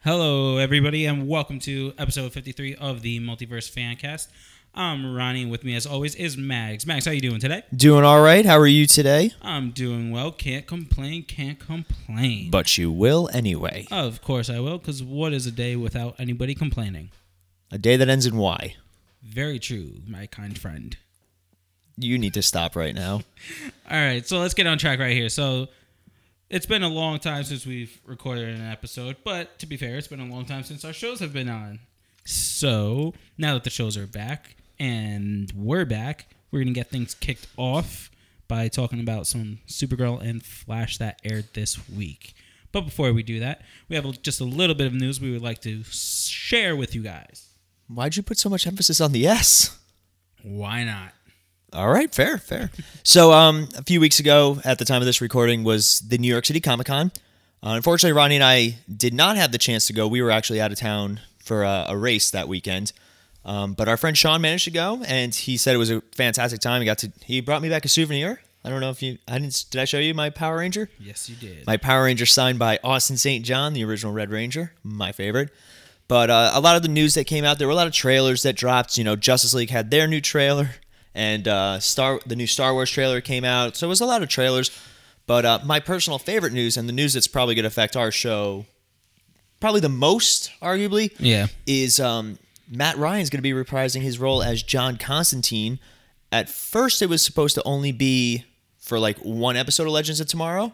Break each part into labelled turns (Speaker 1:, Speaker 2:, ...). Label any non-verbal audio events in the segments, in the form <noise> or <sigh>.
Speaker 1: Hello, everybody, and welcome to episode 53 of the Multiverse Fancast. I'm Ronnie, and with me as always is Mags. Mags, how you doing today?
Speaker 2: Doing all right. How are you today?
Speaker 1: I'm doing well. Can't complain. Can't complain.
Speaker 2: But you will anyway.
Speaker 1: of course I will, because what is a day without anybody complaining?
Speaker 2: A day that ends in Y.
Speaker 1: Very true, my kind friend.
Speaker 2: You need to stop right now.
Speaker 1: All right, so let's get on track right here. So it's been a long time since we've recorded an episode, but to be fair, it's been a long time since our shows have been on. So now that the shows are back and we're back, we're going to get things kicked off by talking about some Supergirl and Flash that aired this week. But before we do that, we have a- just a little bit of news we would like to share with you guys.
Speaker 2: Why'd you put so much emphasis on the S?
Speaker 1: Why not?
Speaker 2: All right, fair, fair. So, um, a few weeks ago, at the time of this recording, was the New York City Comic Con. Uh, unfortunately, Ronnie and I did not have the chance to go. We were actually out of town for a, a race that weekend. Um, but our friend Sean managed to go, and he said it was a fantastic time. He got to he brought me back a souvenir. I don't know if you I didn't did I show you my Power Ranger?
Speaker 1: Yes, you did.
Speaker 2: My Power Ranger signed by Austin St. John, the original Red Ranger, my favorite. But uh, a lot of the news that came out, there were a lot of trailers that dropped. You know, Justice League had their new trailer, and uh, Star the new Star Wars trailer came out. So it was a lot of trailers. But uh, my personal favorite news, and the news that's probably going to affect our show probably the most, arguably,
Speaker 1: Yeah.
Speaker 2: is um, Matt Ryan's going to be reprising his role as John Constantine. At first, it was supposed to only be for like one episode of Legends of Tomorrow,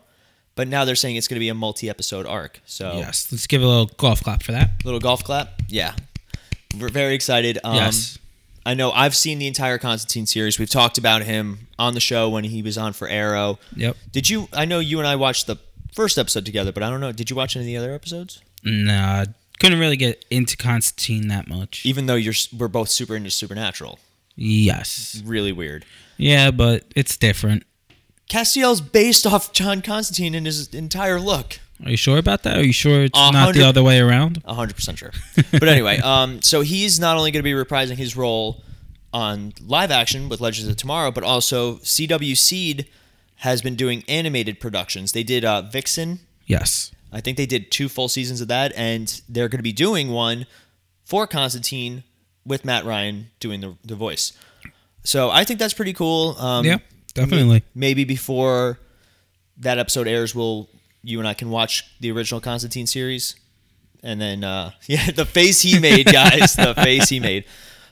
Speaker 2: but now they're saying it's going to be a multi-episode arc. So,
Speaker 1: Yes, let's give a little golf clap for that.
Speaker 2: little golf clap. Yeah, we're very excited. Um,
Speaker 1: Yes.
Speaker 2: I know I've seen the entire Constantine series. We've talked about him on the show when he was on for Arrow.
Speaker 1: Yep.
Speaker 2: Did you? I know you and I watched the first episode together, but I don't know. Did you watch any of the other episodes?
Speaker 1: Nah, couldn't really get into Constantine that much.
Speaker 2: Even though you're, s- we're both super into Supernatural.
Speaker 1: Yes.
Speaker 2: Really weird.
Speaker 1: Yeah, but it's different.
Speaker 2: Castiel's based off John Constantine in his entire look.
Speaker 1: Are you sure about that? Are you sure it's not
Speaker 2: A
Speaker 1: the
Speaker 2: hundred-
Speaker 1: other way around?
Speaker 2: 100% sure. But anyway, um, so he's not only going to be reprising his role on live action with Legends of Tomorrow, but also CW Seed has been doing animated productions. They did uh, Vixen.
Speaker 1: Yes.
Speaker 2: I think they did two full seasons of that, and they're going to be doing one for Constantine with Matt Ryan doing the, the voice. So I think that's pretty cool. Um,
Speaker 1: yeah, definitely.
Speaker 2: maybe before that episode airs, we'll you and I can watch the original Constantine series, and then uh, <laughs> yeah, the face he made, guys, the face he made.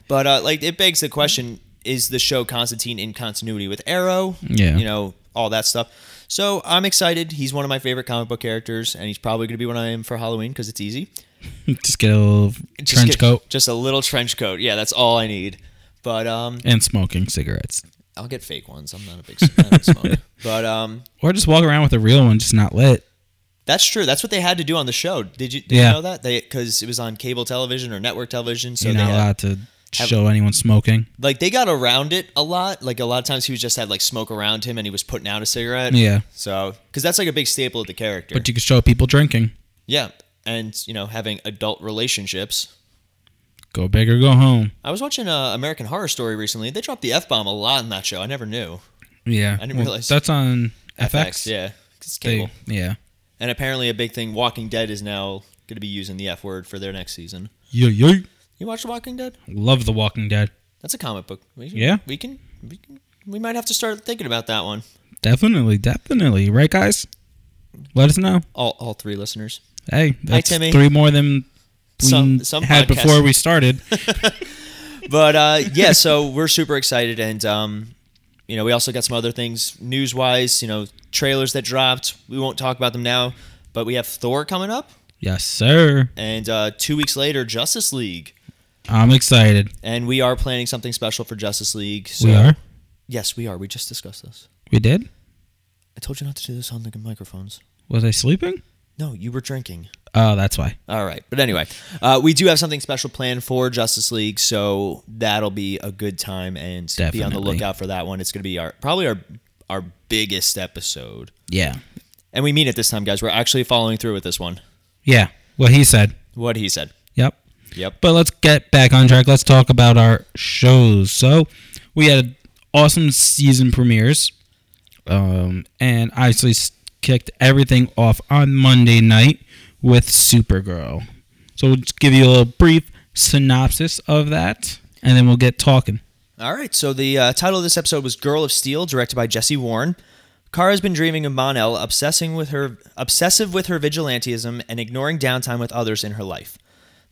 Speaker 2: But uh, like, it begs the question: Is the show Constantine in continuity with Arrow?
Speaker 1: Yeah.
Speaker 2: you know all that stuff. So I'm excited. He's one of my favorite comic book characters, and he's probably going to be one I am for Halloween because it's easy.
Speaker 1: <laughs> Just get a little
Speaker 2: Just
Speaker 1: trench
Speaker 2: get-
Speaker 1: coat
Speaker 2: just a little trench coat. Yeah, that's all I need. But um,
Speaker 1: and smoking cigarettes.
Speaker 2: I'll get fake ones. I'm not
Speaker 1: <laughs>
Speaker 2: a big, not a big smoker. But um,
Speaker 1: Or just walk around with a real one, just not lit.
Speaker 2: That's true. That's what they had to do on the show. Did you, did
Speaker 1: Yeah.
Speaker 2: you know that? They because it was on cable television or network television, so
Speaker 1: You're
Speaker 2: they uh,
Speaker 1: not
Speaker 2: had-
Speaker 1: allowed to show anyone smoking.
Speaker 2: like they got around it a lot. Like a lot of times he was just had like smoke around him and he was putting out a cigarette.
Speaker 1: Yeah.
Speaker 2: So because that's like a big staple of the character.
Speaker 1: But you could show people drinking.
Speaker 2: yeah, and you know having adult relationships.
Speaker 1: Go big or go home.
Speaker 2: I was watching uh, American Horror Story recently. They dropped the f bomb a lot in that show. I never knew.
Speaker 1: Yeah.
Speaker 2: didn't realize-
Speaker 1: That's on FX.
Speaker 2: yeah, 'cause it's
Speaker 1: They-
Speaker 2: cable.
Speaker 1: yeah.
Speaker 2: and apparently a big thing. Walking Dead is now going to be using the f word for their next season.
Speaker 1: Yeah, yeah.
Speaker 2: You watch The Walking Dead?
Speaker 1: Love The Walking Dead.
Speaker 2: That's a comic book. We can,
Speaker 1: Yeah.
Speaker 2: we can, we can. We might have to start thinking about that one.
Speaker 1: Definitely, definitely. Right, guys? Let us know.
Speaker 2: All, all three listeners.
Speaker 1: Hey, that's
Speaker 2: Timmy.
Speaker 1: three more than we
Speaker 2: Some- some
Speaker 1: had
Speaker 2: podcasts-
Speaker 1: before we
Speaker 2: <laughs>
Speaker 1: started.
Speaker 2: But uh, yeah, so <laughs> we're super excited, and um, you know, we also got some other things news wise. You know, trailers that dropped. We won't talk about them now, but we have Thor coming up,
Speaker 1: yes, sir.
Speaker 2: and uh, two weeks later, Justice League,
Speaker 1: I'm excited.
Speaker 2: and we are planning something special for Justice League. So.
Speaker 1: we are.
Speaker 2: Yes, we are. We just discussed this.
Speaker 1: We did.
Speaker 2: I told you not to do this on the microphones.
Speaker 1: Was I sleeping?
Speaker 2: No, you were drinking.
Speaker 1: Oh, that's why.
Speaker 2: All right. But anyway, uh, we do have something special planned for Justice League, so that'll be a good time and be on the
Speaker 1: Definitely.
Speaker 2: lookout for that one. It's going to be our probably our our biggest episode.
Speaker 1: Yeah.
Speaker 2: And we mean it this time, guys. We're actually following through with this one.
Speaker 1: Yeah. Well, he said.
Speaker 2: What he said.
Speaker 1: Yep.
Speaker 2: Yep.
Speaker 1: But let's get back on track. Let's talk about our shows. So, we had awesome season premieres, um, and I actually s- kicked everything off on Monday night with Supergirl. So we'll just give you a little brief synopsis of that, and then we'll get talking.
Speaker 2: All right, so the uh, title of this episode was "Girl of Steel," directed by Jesse Warren. Kara has been dreaming of Monel, obsessing with her, obsessive with her vigilantism and ignoring downtime with others in her life.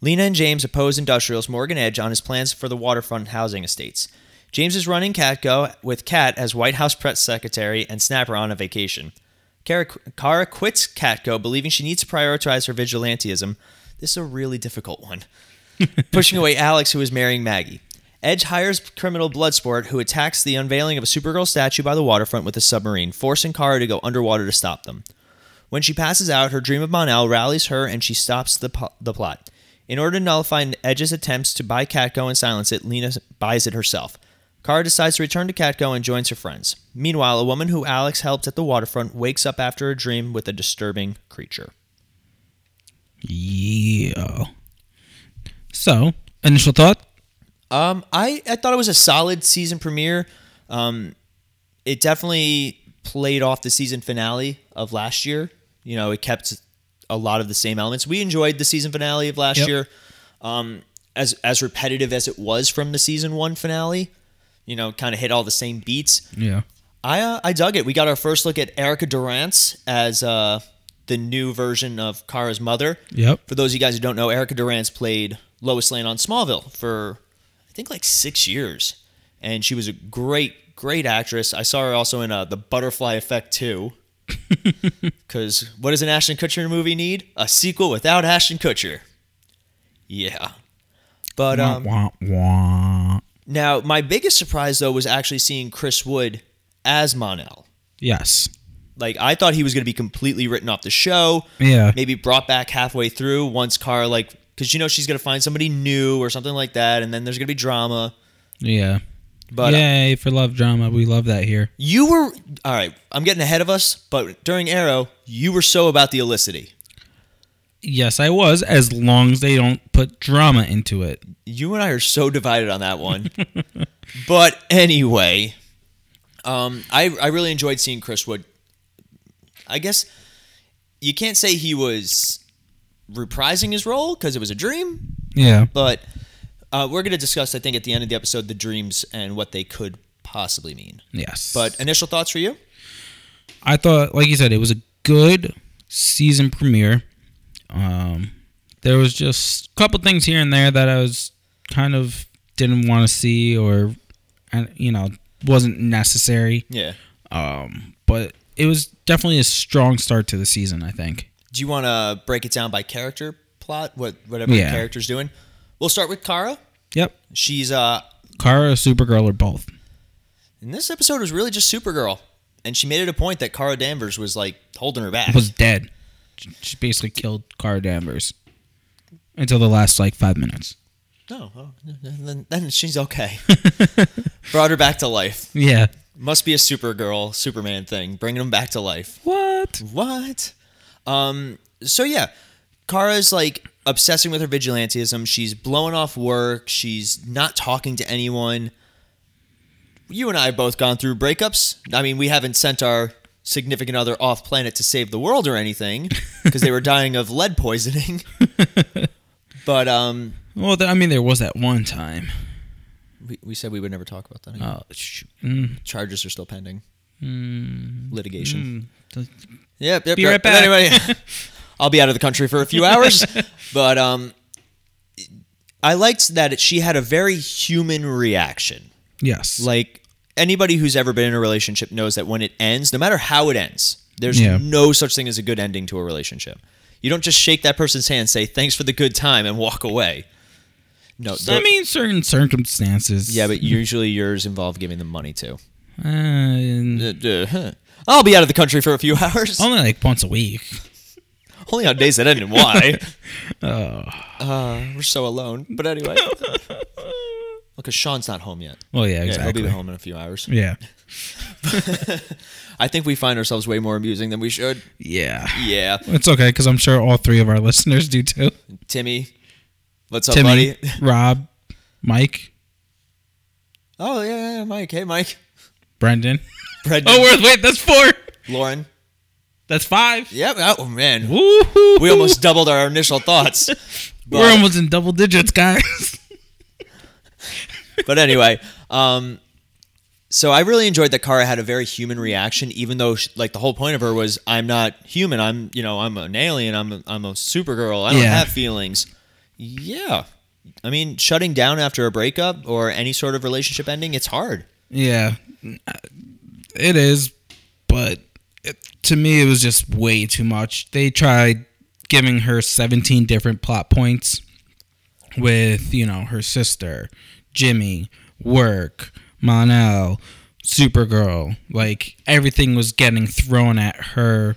Speaker 2: Lena and James oppose industrialist Morgan Edge on his plans for the waterfront housing estates. James is running Catco with Kat as White House press secretary and Snapper on a vacation. Kara, Kara quits Catco, believing she needs to prioritize her vigilantism. This is a really difficult one. Pushing away Alex, who is marrying Maggie. Edge hires criminal Bloodsport, who attacks the unveiling of a Supergirl statue by the waterfront with a submarine, forcing Kara to go underwater to stop them. When she passes out, her dream of Monel rallies her and she stops the, po- the plot. In order to nullify Edge's attempts to buy Catco and silence it, Lena buys it herself. Kara decides to return to Catco and joins her friends. Meanwhile, a woman who Alex helped at the waterfront wakes up after a dream with a disturbing creature.
Speaker 1: Yeah. So, initial thought?
Speaker 2: Um, I, I thought it was a solid season premiere. Um, it definitely played off the season finale of last year. You know, it kept a lot of the same elements. We enjoyed the season finale of last
Speaker 1: Yep.
Speaker 2: year. Um, as as repetitive as it was from the season one finale, you know, kind of hit all the same beats.
Speaker 1: Yeah.
Speaker 2: I uh, I dug it. We got our first look at Erica Durance as uh, the new version of Kara's mother.
Speaker 1: Yep.
Speaker 2: For those of you guys who don't know, Erica Durance played Lois Lane on Smallville for I think like six years, and she was a great, great actress. I saw her also in uh, the Butterfly Effect too. Because what does an Ashton Kutcher movie need? A sequel without Ashton Kutcher. Yeah, but um,
Speaker 1: wah, wah, wah.
Speaker 2: now my biggest surprise though was actually seeing Chris Wood as Monel.
Speaker 1: Yes.
Speaker 2: Like I thought he was going to be completely written off the show.
Speaker 1: Yeah.
Speaker 2: Maybe brought back halfway through once Kara like because you know she's going to find somebody new or something like that, and then there's going to be drama.
Speaker 1: Yeah.
Speaker 2: But uh,
Speaker 1: Yay for love drama. We love that here.
Speaker 2: you were all right. I'm getting ahead of us, but during Arrow, you were so about the illicity.
Speaker 1: Yes, I was, as long as they don't put drama into it.
Speaker 2: You and I are so divided on that one. but anyway, um, I I really enjoyed seeing Chris Wood. I guess you can't say he was reprising his role because it was a dream,
Speaker 1: Yeah.
Speaker 2: But uh, we're going to discuss, I think, at the end of the episode, the dreams and what they could possibly mean.
Speaker 1: Yes.
Speaker 2: But initial thoughts for you?
Speaker 1: I thought, like you said, it was a good season premiere. Um, there was just a couple things here and there that I was kind of didn't want to see, or and you know wasn't necessary.
Speaker 2: Yeah.
Speaker 1: Um, but it was definitely a strong start to the season. I think.
Speaker 2: Do you want to break it down by character plot? What whatever
Speaker 1: Yeah.
Speaker 2: the character's doing. We'll start with Kara.
Speaker 1: Yep.
Speaker 2: She's uh
Speaker 1: Kara, Supergirl, or both.
Speaker 2: in this episode was really just Supergirl, and she made it a point that Kara Danvers was like holding her back.
Speaker 1: Was dead. She basically killed Kara Danvers until the last like five minutes.
Speaker 2: no, oh, then, then she's
Speaker 1: <laughs>
Speaker 2: okay. Brought her back to life.
Speaker 1: Yeah.
Speaker 2: Must be a Supergirl, Superman thing, bringing them back to life.
Speaker 1: What?
Speaker 2: What? Um. So yeah, Kara's like obsessing with her vigilantism. She's blowing off work. She's not talking to anyone. You and I have both gone through breakups. I mean, we haven't sent our significant other off planet to save the world or anything because they were dying of lead poisoning. but um,
Speaker 1: Well, th- I mean, there was that one time.
Speaker 2: we, we said we would never talk about that. Again.
Speaker 1: Oh, sh- mm.
Speaker 2: Charges are still pending. Litigation.
Speaker 1: Th-
Speaker 2: Yep, yep.
Speaker 1: Be
Speaker 2: yep.
Speaker 1: right back.
Speaker 2: Anyway, <laughs> I'll be out of the country for a few hours,
Speaker 1: <laughs>
Speaker 2: but um, I liked that it, she had a very human reaction.
Speaker 1: Yes.
Speaker 2: Like anybody who's ever been in a relationship knows that when it ends, no matter how it ends, there's
Speaker 1: Yeah.
Speaker 2: no such thing as a good ending to a relationship. You don't just shake that person's hand, say thanks for the good time, and walk away. No,
Speaker 1: I
Speaker 2: there-
Speaker 1: mean, certain circumstances.
Speaker 2: yeah, but usually yours involve giving them money too.
Speaker 1: Uh, and-
Speaker 2: Uh, uh, huh. I'll be out of the country for a few <laughs> hours.
Speaker 1: only like once a week.
Speaker 2: Only on days that end
Speaker 1: <laughs>
Speaker 2: in Y.
Speaker 1: Oh.
Speaker 2: Uh, we're so alone.
Speaker 1: <laughs>
Speaker 2: But anyway. Well, because Sean's not home yet.
Speaker 1: Well, yeah,
Speaker 2: Yeah, he'll
Speaker 1: exactly.
Speaker 2: be home in a few hours.
Speaker 1: Yeah.
Speaker 2: I think we find ourselves way more amusing than we should.
Speaker 1: Yeah.
Speaker 2: Yeah.
Speaker 1: It's okay because I'm sure all three of our <laughs> listeners do too.
Speaker 2: Timmy. What's up,
Speaker 1: Timmy,
Speaker 2: buddy? <laughs>
Speaker 1: Rob, Mike,
Speaker 2: Oh, yeah, yeah, Mike. Hey, Mike. <laughs>
Speaker 1: Brendan.
Speaker 2: Brendan.
Speaker 1: Oh, wait, wait, that's four.
Speaker 2: Lauren.
Speaker 1: That's five.
Speaker 2: Yep. Oh, man.
Speaker 1: Woo-hoo. <laughs>
Speaker 2: We almost doubled our initial thoughts.
Speaker 1: We're almost in double digits, guys.
Speaker 2: but anyway, um, so I really enjoyed that Kara had a very human reaction, even though she, like the whole point of her was, I'm not human. I'm you know I'm an alien. I'm a, I'm a Supergirl. I don't
Speaker 1: Yeah.
Speaker 2: have feelings. Yeah, I mean shutting down after a breakup or any sort of relationship ending, it's hard.
Speaker 1: yeah, it is, but it, to me, it was just way too much. They tried giving her 17 different plot points with, you know, her sister, Jimmy, work, Monel, Supergirl. Like, everything was getting thrown at her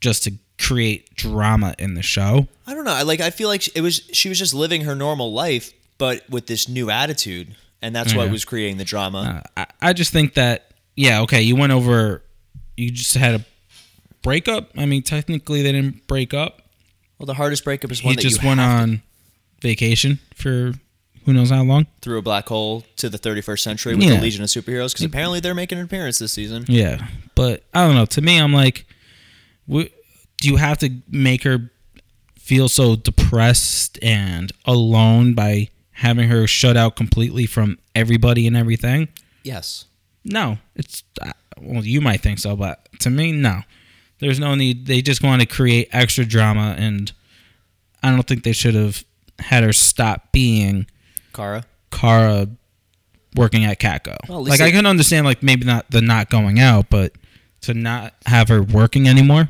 Speaker 1: just to create drama in the show.
Speaker 2: I don't know. I like I feel like it was she was just living her normal life, but with this new attitude, and that's what
Speaker 1: Yeah.
Speaker 2: was creating the drama.
Speaker 1: I, I just think that yeah, okay, you went over, you just had a breakup. I mean, technically they didn't break up.
Speaker 2: well, the hardest breakup is
Speaker 1: He
Speaker 2: one that
Speaker 1: just
Speaker 2: you
Speaker 1: went on vacation for who knows how long.
Speaker 2: threw a black hole to the 31st century with
Speaker 1: Yeah.
Speaker 2: the Legion of Superheroes because apparently they're making an appearance this season.
Speaker 1: Yeah, but I don't know. To me, I'm like, wh- do you have to make her feel so depressed and alone by having her shut out completely from everybody and everything?
Speaker 2: Yes.
Speaker 1: No, it's uh, well, you might think so, but to me, no. There's no need. They just want to create extra drama, and I don't think they should have had her stop being
Speaker 2: Kara.
Speaker 1: Kara working at Catco.
Speaker 2: Well, at least
Speaker 1: like
Speaker 2: they-
Speaker 1: I can understand, like maybe not the not going out, but to not have her working anymore,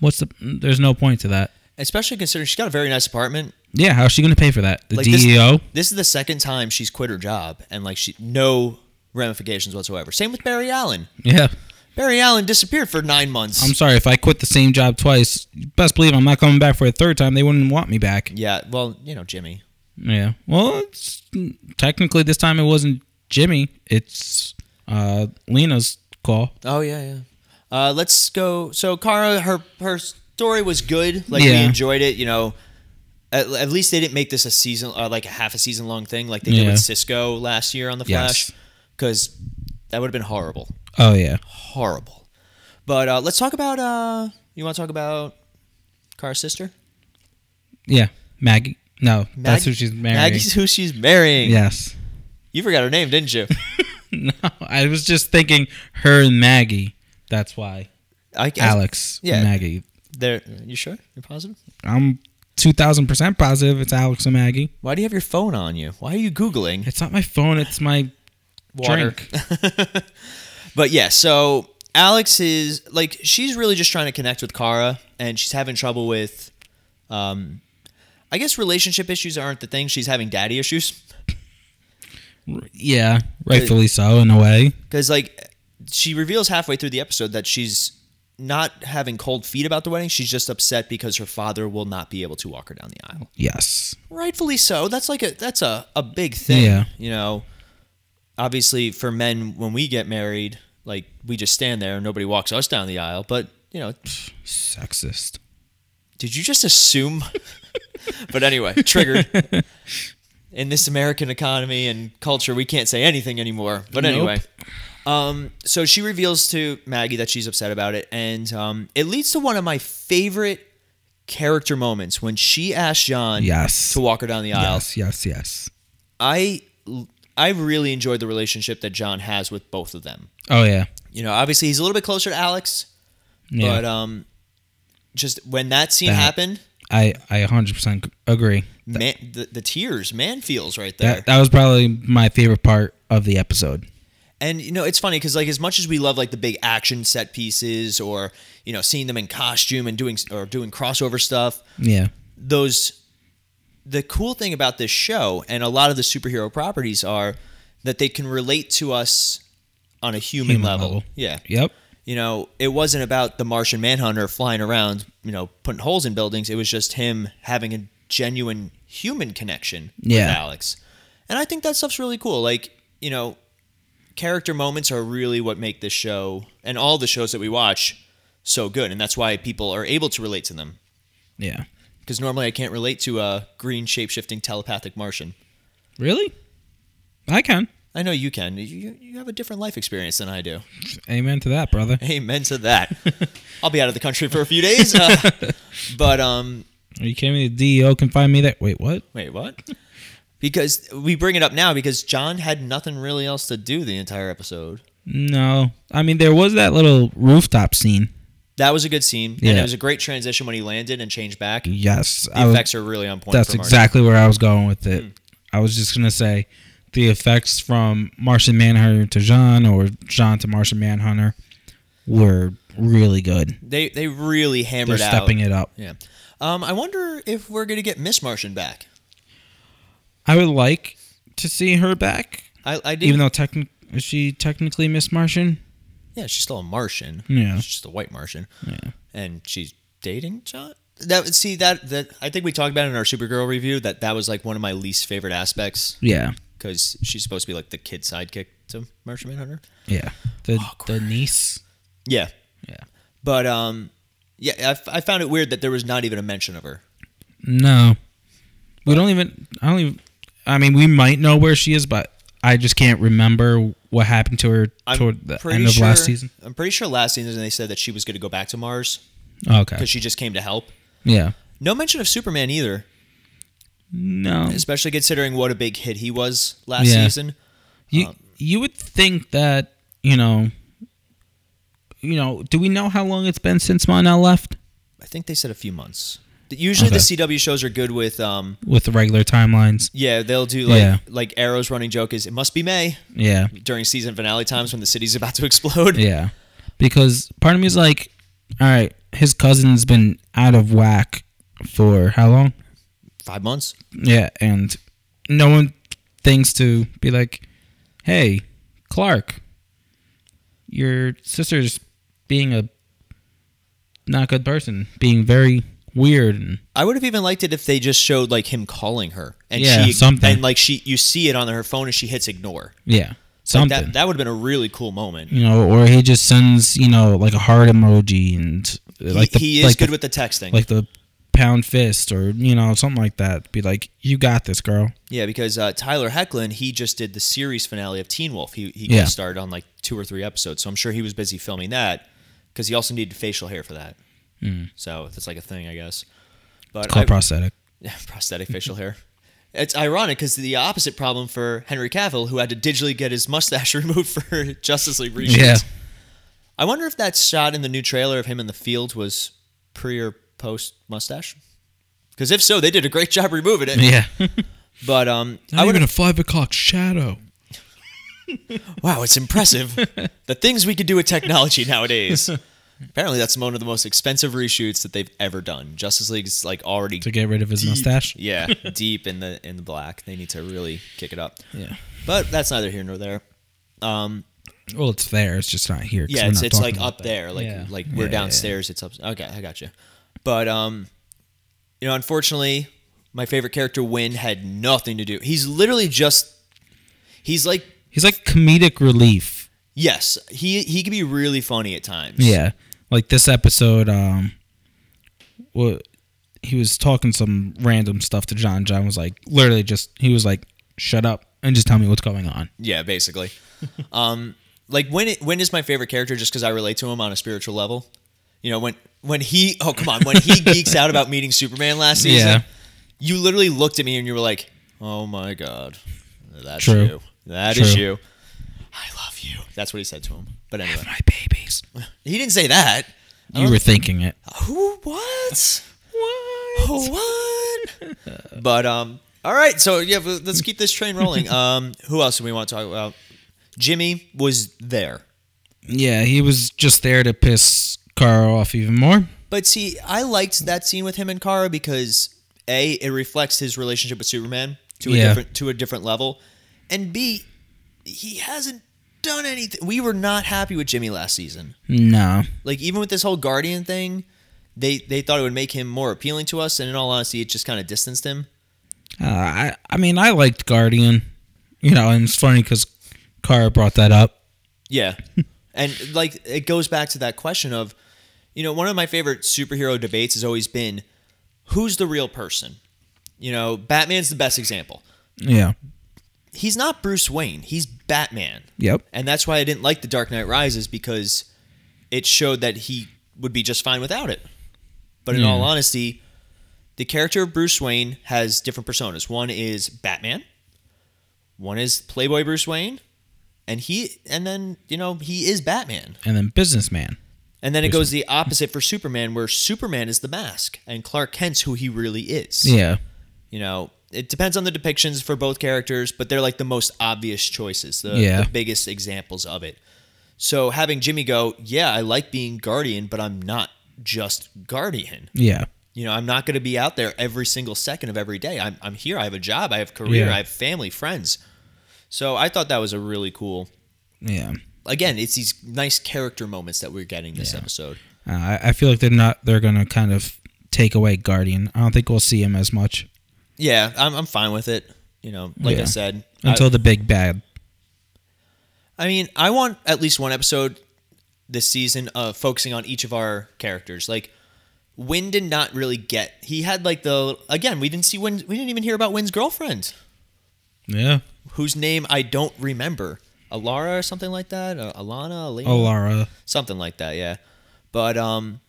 Speaker 1: what's the? There's no point to that.
Speaker 2: Especially considering she's got a very nice apartment.
Speaker 1: Yeah, how's she going to pay for that? The E
Speaker 2: Like this-
Speaker 1: DEO.
Speaker 2: This is the second time she's quit her job and like she no ramifications whatsoever. Same with Barry Allen.
Speaker 1: yeah.
Speaker 2: Barry Allen disappeared for nine months.
Speaker 1: I'm sorry if I quit the same job twice. Best believe I'm not coming back for a third time. They wouldn't want me back.
Speaker 2: yeah, well, you know, Jimmy.
Speaker 1: Yeah. Well, it's, technically this time it wasn't Jimmy. It's uh, Lena's call.
Speaker 2: Oh yeah, yeah. Uh, let's go. So Kara, her her story was good. Like we
Speaker 1: Yeah.
Speaker 2: enjoyed it. You know, at, at least they didn't make this a season, uh, like a half a season long thing, like they did
Speaker 1: Yeah.
Speaker 2: with Cisco last year on the
Speaker 1: Yes.
Speaker 2: Flash, because that would have been horrible,
Speaker 1: Oh yeah.
Speaker 2: horrible. But uh, let's talk about. Uh, you want to talk about Kara's sister?
Speaker 1: Yeah. Maggie. No, that's
Speaker 2: Maggie-
Speaker 1: who she's marrying.
Speaker 2: Maggie's who she's marrying.
Speaker 1: Yes. <laughs>
Speaker 2: You forgot her name, didn't you?
Speaker 1: No, I was just thinking her and Maggie. That's why
Speaker 2: I, I,
Speaker 1: Alex.
Speaker 2: yeah.
Speaker 1: And Maggie.
Speaker 2: There. You sure? You're positive?
Speaker 1: I'm two thousand percent positive it's Alex and Maggie.
Speaker 2: Why do you have your phone on you? Why are you googling?
Speaker 1: It's not my phone. It's my
Speaker 2: <laughs>
Speaker 1: drink.
Speaker 2: But yeah, so Alex is like she's really just trying to connect with Kara, and she's having trouble with, um, I guess relationship issues aren't the thing. She's having daddy issues
Speaker 1: yeah, rightfully so in a way.
Speaker 2: because like she reveals halfway through the episode that she's not having cold feet about the wedding. She's just upset because her father will not be able to walk her down the aisle.
Speaker 1: Yes.
Speaker 2: Rightfully so. That's like a that's a a big thing.
Speaker 1: Yeah.
Speaker 2: You know, obviously for men when we get married, like we just stand there and nobody walks us down the aisle, but. You know,
Speaker 1: Sexist.
Speaker 2: Did you just assume? <laughs> but anyway,
Speaker 1: <laughs>
Speaker 2: triggered. In this American economy and culture, we can't say anything anymore. But
Speaker 1: Nope.
Speaker 2: anyway, um, so she reveals to Maggie that she's upset about it, and um, it leads to one of my favorite character moments when she asks John
Speaker 1: Yes.
Speaker 2: to walk her down the aisle.
Speaker 1: Yes. Yes. Yes.
Speaker 2: I I really enjoyed the relationship that John has with both of them.
Speaker 1: Oh yeah.
Speaker 2: You know, obviously he's a little bit closer to Alex,
Speaker 1: Yeah.
Speaker 2: but um, just when that scene
Speaker 1: That-
Speaker 2: happened,
Speaker 1: I I 100% agree.
Speaker 2: man, the, the tears man feels right there
Speaker 1: That that was probably my favorite part of the episode.
Speaker 2: and you know it's funny because like as much as we love like the big action set pieces or you know seeing them in costume and doing or doing crossover stuff
Speaker 1: Yeah.
Speaker 2: those the cool thing about this show and a lot of the superhero properties are that they can relate to us on a human,
Speaker 1: Human
Speaker 2: level.
Speaker 1: level.
Speaker 2: yeah
Speaker 1: Yep.
Speaker 2: you know it wasn't about the martian manhunter flying around you know putting holes in buildings it was just him having a genuine human connection
Speaker 1: Yeah.
Speaker 2: with alex and i think that stuff's really cool like you know character moments are really what make this show and all the shows that we watch so good and that's why people are able to relate to them
Speaker 1: Yeah.
Speaker 2: because normally i can't relate to a green shapeshifting telepathic martian
Speaker 1: Really? I can.
Speaker 2: i know you can you, you have a different life experience than i do
Speaker 1: Amen to that, brother. <laughs>
Speaker 2: Amen to that. I'll be out of the country for a few days, uh, but um,
Speaker 1: Are you kidding me? The DEO can find me there. Wait, what?
Speaker 2: Wait, what? because we bring it up now because John had nothing really else to do the entire episode.
Speaker 1: No. I mean, there was that little rooftop scene.
Speaker 2: That was a good scene, and
Speaker 1: Yeah.
Speaker 2: it was a great transition when he landed and changed back. The
Speaker 1: Yes. I was-
Speaker 2: effects are really on point.
Speaker 1: that's
Speaker 2: for Martian.
Speaker 1: exactly where I was going with it.
Speaker 2: Hmm.
Speaker 1: I was just going to say the effects from Martian Manhunter to Jean or Jean to Martian Manhunter were really good.
Speaker 2: They they really
Speaker 1: They're
Speaker 2: hammered out.
Speaker 1: stepping it up.
Speaker 2: Yeah. Um, I wonder if we're gonna get Miss Martian back.
Speaker 1: I would like to see her back,
Speaker 2: I, I did.
Speaker 1: even though techni- is she technically Miss Martian?
Speaker 2: yeah, she's still a Martian.
Speaker 1: Yeah.
Speaker 2: She's just a white Martian.
Speaker 1: Yeah.
Speaker 2: and she's dating John. That see that that I think we talked about in our Supergirl review that that was like one of my least favorite aspects
Speaker 1: Yeah.
Speaker 2: because she's supposed to be like the kid sidekick to Martian Manhunter.
Speaker 1: Yeah. The, the niece.
Speaker 2: Yeah,
Speaker 1: Yeah.
Speaker 2: but um, yeah, I f- I, found it weird that there was not even a mention of her.
Speaker 1: No. We don't even I don't even I mean we might know where she is, but I just can't remember what happened to her
Speaker 2: I'm
Speaker 1: toward the
Speaker 2: pretty
Speaker 1: end of
Speaker 2: sure,
Speaker 1: last season.
Speaker 2: I'm pretty sure last season they said that she was going to go back to Mars
Speaker 1: Okay.
Speaker 2: Oh, because she just came to help.
Speaker 1: Yeah.
Speaker 2: No mention of Superman either,
Speaker 1: No.
Speaker 2: especially considering what a big hit he was last
Speaker 1: Oh. Yeah.
Speaker 2: season. um,
Speaker 1: You you would think that, you know you know, do we know how long it's been since Monel left?
Speaker 2: I think they said a few months. Usually
Speaker 1: Okay.
Speaker 2: the CW shows are good with um,
Speaker 1: With the regular timelines.
Speaker 2: Yeah, they'll do like
Speaker 1: Yeah.
Speaker 2: like Arrow's running joke is it must be May
Speaker 1: Yeah.
Speaker 2: during season finale times when the city's <laughs> about to explode.
Speaker 1: Yeah. Because part of me is like, all right, his cousin's been out of whack for how long?
Speaker 2: Five months.
Speaker 1: Yeah, and no one thinks to be like, "Hey, Clark, your sister's being a not good person, being very weird." And
Speaker 2: I would have even liked it if they just showed like him calling her and
Speaker 1: Yeah,
Speaker 2: she
Speaker 1: something.
Speaker 2: and like she you see it on her phone and she hits ignore.
Speaker 1: yeah,
Speaker 2: Like,
Speaker 1: something
Speaker 2: that that would have been a really cool moment.
Speaker 1: you know, or he just sends you know like a heart emoji and uh, like the
Speaker 2: he, he is
Speaker 1: like
Speaker 2: good
Speaker 1: the,
Speaker 2: with the texting.
Speaker 1: like the pound fist or you know something like that. Be like, "You got this, girl."
Speaker 2: yeah, because uh, Tyler Hecklin, he just did the series finale of Teen Wolf. He he
Speaker 1: Yeah.
Speaker 2: guest starred on like two or three episodes, so I'm sure he was busy filming that because he also needed facial hair for that. So that's like a thing, I guess. But
Speaker 1: Hmm. Called
Speaker 2: I-
Speaker 1: prosthetic.
Speaker 2: Yeah, <laughs> prosthetic facial hair. It's ironic because the opposite problem for Henry Cavill, who had to digitally get his mustache <laughs> removed for Justice League reshoots. <laughs>
Speaker 1: Yeah,
Speaker 2: I wonder if that shot in the new trailer of him in the field was pre or post mustache. Because if so, they did a great job removing it.
Speaker 1: yeah.
Speaker 2: But um, I would.
Speaker 1: a five o'clock shadow.
Speaker 2: Wow,
Speaker 1: <laughs>
Speaker 2: it's impressive the things we could do with technology nowadays. Apparently, that's one of the most expensive reshoots that they've ever done. Justice League's like already
Speaker 1: To get rid of his mustache.
Speaker 2: yeah
Speaker 1: <laughs>
Speaker 2: deep in the in the black. They need to really kick it up.
Speaker 1: Yeah.
Speaker 2: But that's neither here nor there. Um,
Speaker 1: Well, it's there. It's just not here. 'cause
Speaker 2: yeah,
Speaker 1: we're
Speaker 2: it's,
Speaker 1: not
Speaker 2: it's
Speaker 1: talking
Speaker 2: like
Speaker 1: about
Speaker 2: up
Speaker 1: that.
Speaker 2: there, like
Speaker 1: Yeah.
Speaker 2: like
Speaker 1: Yeah,
Speaker 2: we're
Speaker 1: yeah,
Speaker 2: downstairs. It's up. Okay, I got you. But um, you know, unfortunately, my favorite character Win had nothing to do. He's literally just. He's like
Speaker 1: yeah. He's like comedic relief.
Speaker 2: yes, he he can be really funny at times.
Speaker 1: Yeah, like this episode. Um, well, he was talking some random stuff to John. John was like, literally, just he was like, "Shut up and just tell me what's going on." <laughs>
Speaker 2: yeah, basically. um, like Win Win is my favorite character just because I relate to him on a spiritual level. You know when when he oh come on when
Speaker 1: <laughs>
Speaker 2: he geeks out about meeting Superman last season.
Speaker 1: Yeah.
Speaker 2: you literally looked at me and you were like, "Oh my god, that's
Speaker 1: True.
Speaker 2: you. That is
Speaker 1: True.
Speaker 2: you. I love you." That's what he said to him. But anyway,
Speaker 1: My babies.
Speaker 2: <laughs> he didn't say that. I
Speaker 1: You
Speaker 2: don't-
Speaker 1: were thinking it.
Speaker 2: who? <laughs> What?
Speaker 1: What?
Speaker 2: what? <laughs> but um, all right. So yeah, but let's keep this train <laughs> rolling. Um, who else do we want to talk about? Jimmy was there,
Speaker 1: Yeah, he was just there to piss Carl off even more.
Speaker 2: but see, I liked that scene with him and Kara because a it reflects his relationship with Superman to a
Speaker 1: Yeah.
Speaker 2: different to a different level, and b he hasn't done anything. We were not happy with Jimmy last season.
Speaker 1: No.
Speaker 2: Like even with this whole Guardian thing, they they thought it would make him more appealing to us, and in all honesty, it just kind of distanced him.
Speaker 1: Uh, I I mean I liked Guardian, you know, and it's funny because Kara brought that up.
Speaker 2: Yeah. <laughs> and like it goes back to that question of, you know, one of my favorite superhero debates has always been who's the real person? You know, Batman's the best example.
Speaker 1: Yeah.
Speaker 2: He's not Bruce Wayne, he's Batman.
Speaker 1: Yep.
Speaker 2: And that's why I didn't like The Dark Knight Rises because it showed that he would be just fine without it. But in all honesty, the character of Bruce Wayne has different personas. One is Batman, one is Playboy Bruce Wayne, and he and then, you know, he is Batman.
Speaker 1: and then businessman.
Speaker 2: And then it goes the opposite for Superman where Superman is the mask and Clark Kent's who he really is.
Speaker 1: Yeah.
Speaker 2: You know, it depends on the depictions for both characters, but they're like the most obvious choices, the,
Speaker 1: Yeah.
Speaker 2: the biggest examples of it. So having Jimmy go, "Yeah, I like being Guardian, but I'm not just Guardian."
Speaker 1: Yeah.
Speaker 2: You know, I'm not going to be out there every single second of every day. I'm, I'm here. I have a job. I have career.
Speaker 1: Yeah.
Speaker 2: I have family, friends. So I thought that was a really cool.
Speaker 1: Yeah.
Speaker 2: Again, it's these nice character moments that we're getting this episode.
Speaker 1: Uh, I, I feel like they're not. They're gonna kind of take away Guardian. I don't think we'll see him as much
Speaker 2: Yeah, I'm, I'm fine with it. You know, like I
Speaker 1: Yeah.
Speaker 2: said, I-
Speaker 1: until the big bad.
Speaker 2: I mean, I want at least one episode this season of focusing on each of our characters. Like, Wynn did not really get. He had like the again. We didn't see Wynn. We didn't even hear about Wynn's girlfriend,
Speaker 1: Yeah.
Speaker 2: whose name I don't remember. Alara or something like that. Uh, Alana,
Speaker 1: Oh.
Speaker 2: Alina,
Speaker 1: Alara.
Speaker 2: something like that. Yeah, but um,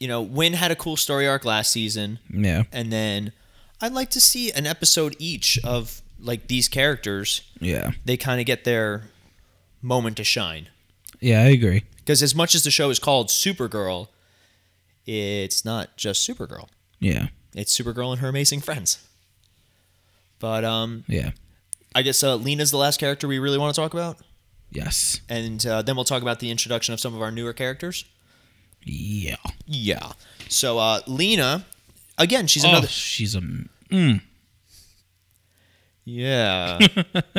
Speaker 2: you know, Wynn had a cool story arc last season,
Speaker 1: Yeah.
Speaker 2: and then I'd like to see an episode each of like these characters.
Speaker 1: Yeah.
Speaker 2: They kind of get their moment to shine.
Speaker 1: Yeah. I agree.
Speaker 2: Because as much as the show is called Supergirl, it's not just Supergirl.
Speaker 1: Yeah.
Speaker 2: It's Supergirl and her amazing friends. But um,
Speaker 1: Yeah.
Speaker 2: I guess uh, Lena's the last character we really want to talk about,
Speaker 1: Yes.
Speaker 2: and uh, then we'll talk about the introduction of some of our newer characters.
Speaker 1: Yeah.
Speaker 2: Yeah. So uh, Lena, again, she's
Speaker 1: Oh, <laughs>
Speaker 2: another.
Speaker 1: she's a. Mm,
Speaker 2: Yeah.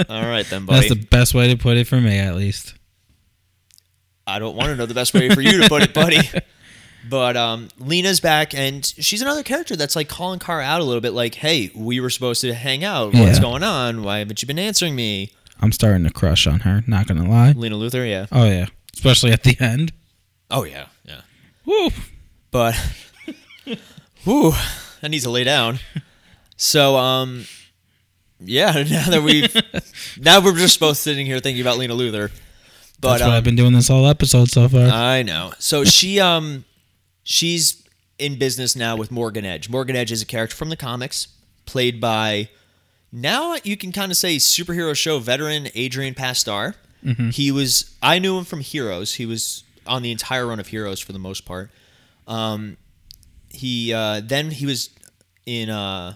Speaker 2: All right then, buddy.
Speaker 1: that's the best way to put it for me, at least.
Speaker 2: I don't want to know the best way for you to put it, buddy. But um, Lena's back, and she's another character that's like calling Carr out a little bit. Like, hey, we were supposed to hang out. What's
Speaker 1: Yeah.
Speaker 2: going on? Why haven't you been answering me,
Speaker 1: I'm starting to crush on her. Not gonna lie.
Speaker 2: Lena Luthor? Yeah.
Speaker 1: Oh yeah. Especially at the <laughs> end.
Speaker 2: Oh yeah, yeah.
Speaker 1: Woo.
Speaker 2: But, whew, I need to lay down. So um, yeah. <laughs> Now that we've now we're just both sitting here thinking about Lena Luthor. But
Speaker 1: That's what
Speaker 2: um, uh,
Speaker 1: I've been doing this whole episode so far.
Speaker 2: I know. So she um she's in business now with Morgan Edge. Morgan Edge is a character from the comics played by now you can kind of say superhero show veteran Adrian Pastar. He was I knew him from Heroes. He was on the entire run of Heroes for the most part. Um he uh then he was in uh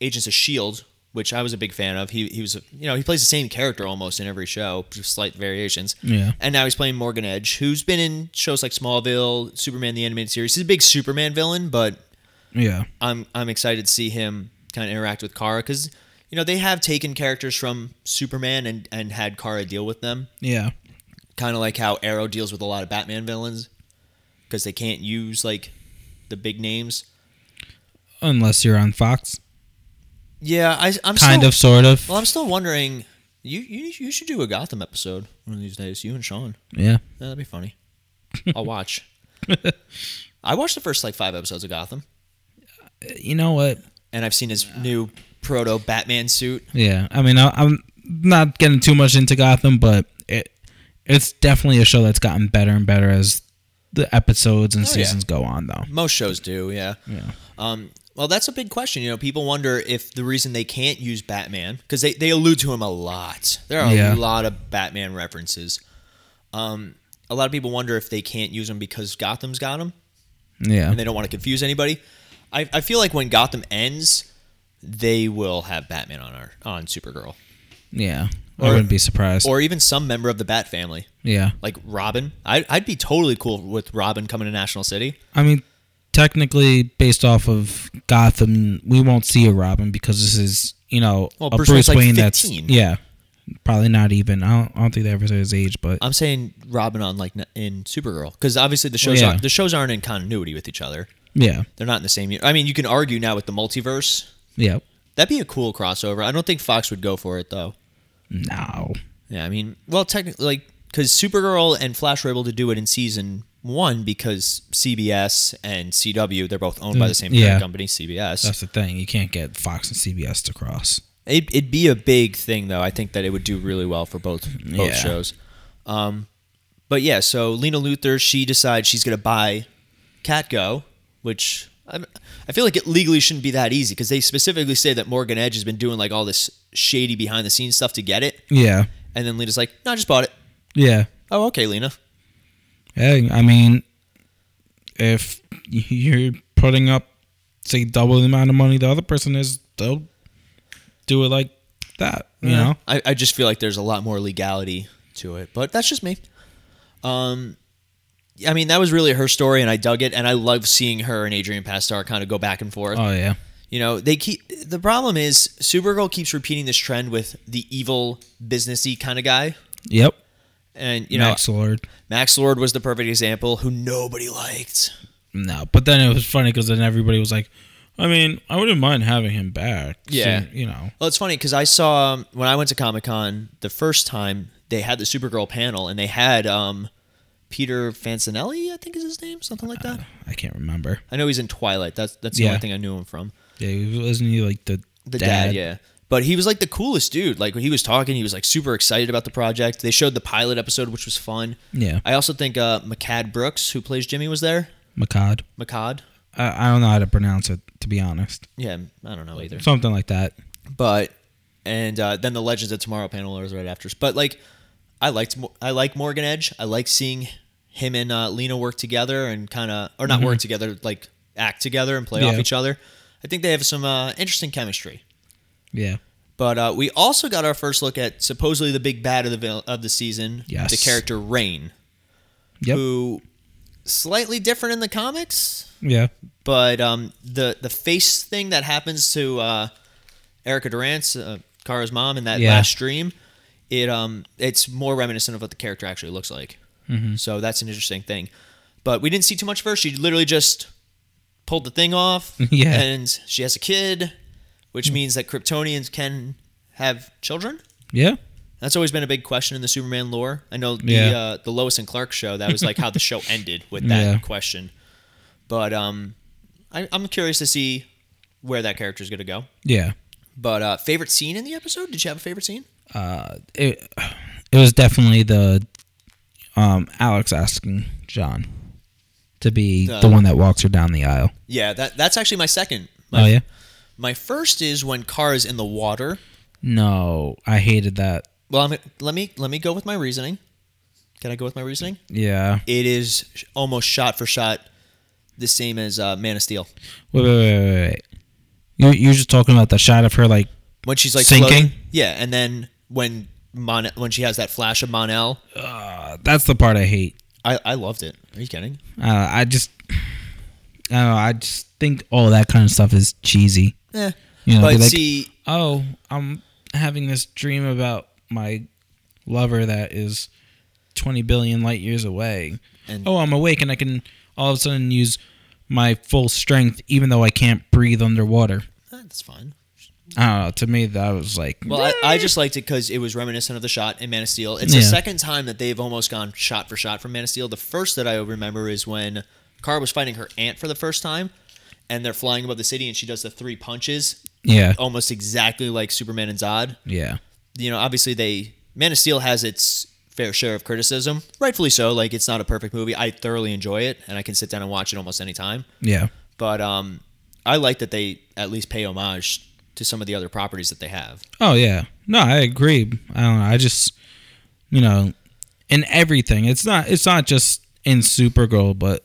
Speaker 2: Agents of Shield, E which I was a big fan of. He he was a, you know he plays the same character almost in every show, just slight variations.
Speaker 1: Yeah.
Speaker 2: And now he's playing Morgan Edge, who's been in shows like Smallville, Superman the Animated Series. He's a big Superman villain, but
Speaker 1: yeah.
Speaker 2: I'm I'm excited to see him kind of interact with Kara because you know they have taken characters from Superman and and had Kara deal with them,
Speaker 1: Yeah.
Speaker 2: kind of like how Arrow deals with a lot of Batman villains because they can't use like the big names.
Speaker 1: Unless you're on Fox.
Speaker 2: Yeah, I, I'm
Speaker 1: Kind
Speaker 2: still-
Speaker 1: of, sort of.
Speaker 2: Well, I'm still wondering. You, you you should do a Gotham episode one of these days. You and Sean.
Speaker 1: Yeah.
Speaker 2: Yeah, that'd be funny.
Speaker 1: <laughs>
Speaker 2: I'll watch. I watched the first like five episodes of Gotham,
Speaker 1: You know what?
Speaker 2: and I've seen his new proto Batman suit.
Speaker 1: Yeah. I mean, I, I'm not getting too much into Gotham, but it it's definitely a show that's gotten better and better as the episodes and
Speaker 2: Oh, yeah.
Speaker 1: seasons go on, though.
Speaker 2: Most shows do, yeah.
Speaker 1: Yeah.
Speaker 2: Um, well, that's a big question. You know, people wonder if the reason they can't use Batman because they they allude to him a lot. There are
Speaker 1: Yeah.
Speaker 2: a lot of Batman references. Um, a lot of people wonder if they can't use him because Gotham's got him.
Speaker 1: Yeah.
Speaker 2: and they don't want to confuse anybody. I, I feel like when Gotham ends, they will have Batman on our on Supergirl
Speaker 1: Yeah. I
Speaker 2: Or-
Speaker 1: wouldn't be surprised.
Speaker 2: or even some member of the Bat family,
Speaker 1: yeah.
Speaker 2: like Robin. I, I'd be totally cool with Robin coming to National City.
Speaker 1: I mean, technically, based off of Gotham, we won't see a Robin because this is, you know,
Speaker 2: Well,
Speaker 1: a
Speaker 2: Bruce
Speaker 1: Bruce,
Speaker 2: Wayne's like
Speaker 1: Wayne that's
Speaker 2: 15.
Speaker 1: yeah, probably not even. I don't, I don't think they ever said his age, but
Speaker 2: I'm saying Robin on like n- in Supergirl because obviously the shows
Speaker 1: yeah.
Speaker 2: aren't, the shows aren't in continuity with each other.
Speaker 1: yeah,
Speaker 2: They're not in the same. u- I mean, you can argue now with the multiverse.
Speaker 1: yeah,
Speaker 2: That'd be a cool crossover. I don't think Fox would go for it though.
Speaker 1: no,
Speaker 2: Yeah, I mean, well, technically, like, because Supergirl and Flash were able to do it in season one because CBS and CW, they're both owned by the same parent
Speaker 1: Mm, Yeah.
Speaker 2: company, CBS.
Speaker 1: that's the thing. You can't get Fox and CBS to cross.
Speaker 2: It, it'd be a big thing, though. I think that it would do really well for both both
Speaker 1: Yeah.
Speaker 2: shows. Um, but yeah, so Lena Luthor, she decides she's going to buy Catgo, which I'm- I feel like it legally shouldn't be that easy because they specifically say that Morgan Edge has been doing like all this shady behind the scenes stuff to get it,
Speaker 1: Yeah.
Speaker 2: and then Lena's like, "No, I just bought it."
Speaker 1: Yeah.
Speaker 2: Oh, okay, Lena.
Speaker 1: Hey, I mean, if you're putting up, say, double the amount of money the other person is, they'll do it like that, you know?
Speaker 2: I, I just feel like there's a lot more legality to it, but that's just me. Um, I mean, that was really her story, and I dug it, and I love seeing her and Adrian Pastar kind of go back and forth.
Speaker 1: Oh, yeah.
Speaker 2: You know, they keep the problem is Supergirl keeps repeating this trend with the evil businessy kind of guy,
Speaker 1: Yep.
Speaker 2: and
Speaker 1: You
Speaker 2: you
Speaker 1: Max
Speaker 2: know,
Speaker 1: Lord.
Speaker 2: Max Lord was the perfect example who nobody liked.
Speaker 1: No. But then it was funny because then everybody was like, I mean, I wouldn't mind having him back.
Speaker 2: Yeah.
Speaker 1: So, you know.
Speaker 2: Well, it's funny because I saw um, when I went to Comic Con the first time they had the Supergirl panel, and they had um, Peter Fancinelli, I think is his name, something like that.
Speaker 1: I can't remember.
Speaker 2: I know he's in Twilight. That's that's the
Speaker 1: Yeah.
Speaker 2: only thing I knew him from.
Speaker 1: Yeah, he- wasn't he like the,
Speaker 2: The dad. yeah. But he was like the coolest dude. Like when he was talking, he was like super excited about the project. They showed the pilot episode, which was fun.
Speaker 1: Yeah.
Speaker 2: I also think uh, McCad Brooks, who plays Jimmy, was there.
Speaker 1: Makad.
Speaker 2: McCad.
Speaker 1: I, I don't know how to pronounce it, to be honest.
Speaker 2: Yeah, I don't know either.
Speaker 1: Something like that.
Speaker 2: But and uh, then the Legends of Tomorrow panel was right after. But like, I liked Mo- I like Morgan Edge. I like seeing him and uh, Lena work together and kind of or not work together, like act together and play off
Speaker 1: Yeah.
Speaker 2: each other. I think they have some uh, interesting chemistry.
Speaker 1: Yeah.
Speaker 2: But uh, we also got our first look at supposedly the big bad of the vil- of the season,
Speaker 1: Yes.
Speaker 2: the character Rain,
Speaker 1: Yep.
Speaker 2: who slightly different in the comics,
Speaker 1: Yeah.
Speaker 2: but um, the the face thing that happens to uh, Erica Durant, uh, Kara's mom, in that
Speaker 1: Yeah.
Speaker 2: last dream, it um it's more reminiscent of what the character actually looks like.
Speaker 1: Mm-hmm.
Speaker 2: So that's an interesting thing. But we didn't see too much of her. She literally just pulled the thing off,
Speaker 1: <laughs> Yeah. Mm.
Speaker 2: and she has a kid, which means that Kryptonians can have children.
Speaker 1: Yeah.
Speaker 2: That's always been a big question in the Superman lore. I know the
Speaker 1: Yeah.
Speaker 2: uh, the Lois and Clark show that was like how the show ended with that
Speaker 1: Yeah.
Speaker 2: question. But um, I, I'm curious to see where that character is going to go.
Speaker 1: Yeah.
Speaker 2: But uh, favorite scene in the episode? Did you have a favorite scene?
Speaker 1: uh, it it was definitely the um, Alex asking John to be
Speaker 2: The-
Speaker 1: the one that walks her down the aisle.
Speaker 2: Yeah, that that's actually my second. My,
Speaker 1: Oh yeah,
Speaker 2: My first is when Kara is in the water.
Speaker 1: no, I hated that.
Speaker 2: Well, I'm, let me let me go with my reasoning. Can I go with my reasoning?
Speaker 1: Yeah,
Speaker 2: It is sh- almost shot for shot the same as uh, Man of Steel
Speaker 1: wait, wait, wait, wait, wait. You you're just talking about the shot of her like
Speaker 2: when she's like
Speaker 1: Sinking?
Speaker 2: floating- Yeah, and then when Mon- when she has that flash of Monel.
Speaker 1: uh, that's the part I hate.
Speaker 2: I, I loved it. Are you kidding?
Speaker 1: Uh, I just I don't know. I just think all that kind of stuff is cheesy.
Speaker 2: Yeah.
Speaker 1: You know,
Speaker 2: Eh. but
Speaker 1: be like,
Speaker 2: see,
Speaker 1: oh, I'm having this dream about my lover that is 20 billion light years away.
Speaker 2: And-
Speaker 1: oh, I'm awake and I can all of a sudden use my full strength, even though I can't breathe underwater.
Speaker 2: eh, that's fine.
Speaker 1: I don't know. To me, that was like,
Speaker 2: Well, I, I just liked it because it was reminiscent of the shot in Man of Steel. It's the
Speaker 1: Yeah.
Speaker 2: second time that they've almost gone shot for shot from Man of Steel. The first that I remember is when Kara was fighting her aunt for the first time, and they're flying above the city, and she does the three punches,
Speaker 1: yeah,
Speaker 2: almost exactly like Superman and Zod.
Speaker 1: yeah,
Speaker 2: You know, obviously they Man of Steel has its fair share of criticism, rightfully so. Like it's not a perfect movie. I thoroughly enjoy it, and I can sit down and watch it almost any time.
Speaker 1: yeah,
Speaker 2: but um, I like that they at least pay homage to some of the other properties that they have.
Speaker 1: oh yeah. No, I agree. I don't know. I just, you know, in everything, it's not, it's not just in Supergirl, but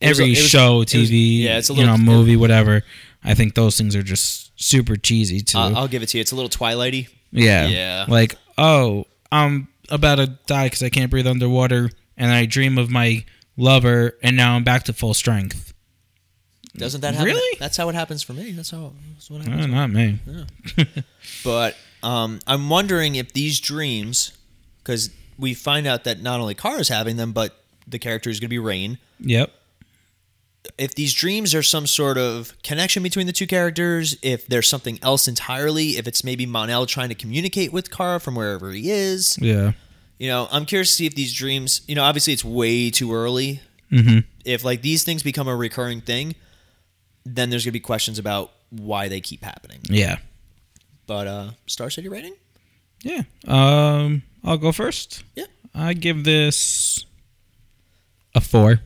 Speaker 2: It was a-
Speaker 1: every
Speaker 2: it was- it
Speaker 1: show,
Speaker 2: was-
Speaker 1: TV,
Speaker 2: yeah, it's a
Speaker 1: you
Speaker 2: little-
Speaker 1: know, movie, whatever. I think those things are just super cheesy too.
Speaker 2: I- Uh, I'll give it to you. It's a little Twilighty.
Speaker 1: Yeah.
Speaker 2: Yeah.
Speaker 1: Like, oh, I'm about to die because I can't breathe underwater, and I dream of my lover, and now I'm back to full strength.
Speaker 2: Doesn't that happen?
Speaker 1: Really?
Speaker 2: That's how it happens for me. That's how. That's what happens.
Speaker 1: Oh, not me.
Speaker 2: But um, I'm wondering if these dreams, because we find out that not only Kara's having them, but the character is going to be Rain.
Speaker 1: Yep.
Speaker 2: If these dreams are some sort of connection between the two characters, if there's something else entirely, if it's maybe Monel trying to communicate with Kara from wherever he is,
Speaker 1: Yeah.
Speaker 2: You know, I'm curious to see if these dreams, you know, obviously it's way too early.
Speaker 1: Mm-hmm.
Speaker 2: If like these things become a recurring thing, then there's going to be questions about why they keep happening.
Speaker 1: Yeah.
Speaker 2: But uh Star City rating?
Speaker 1: Yeah. Um, I'll go first.
Speaker 2: Yeah.
Speaker 1: I give this a four.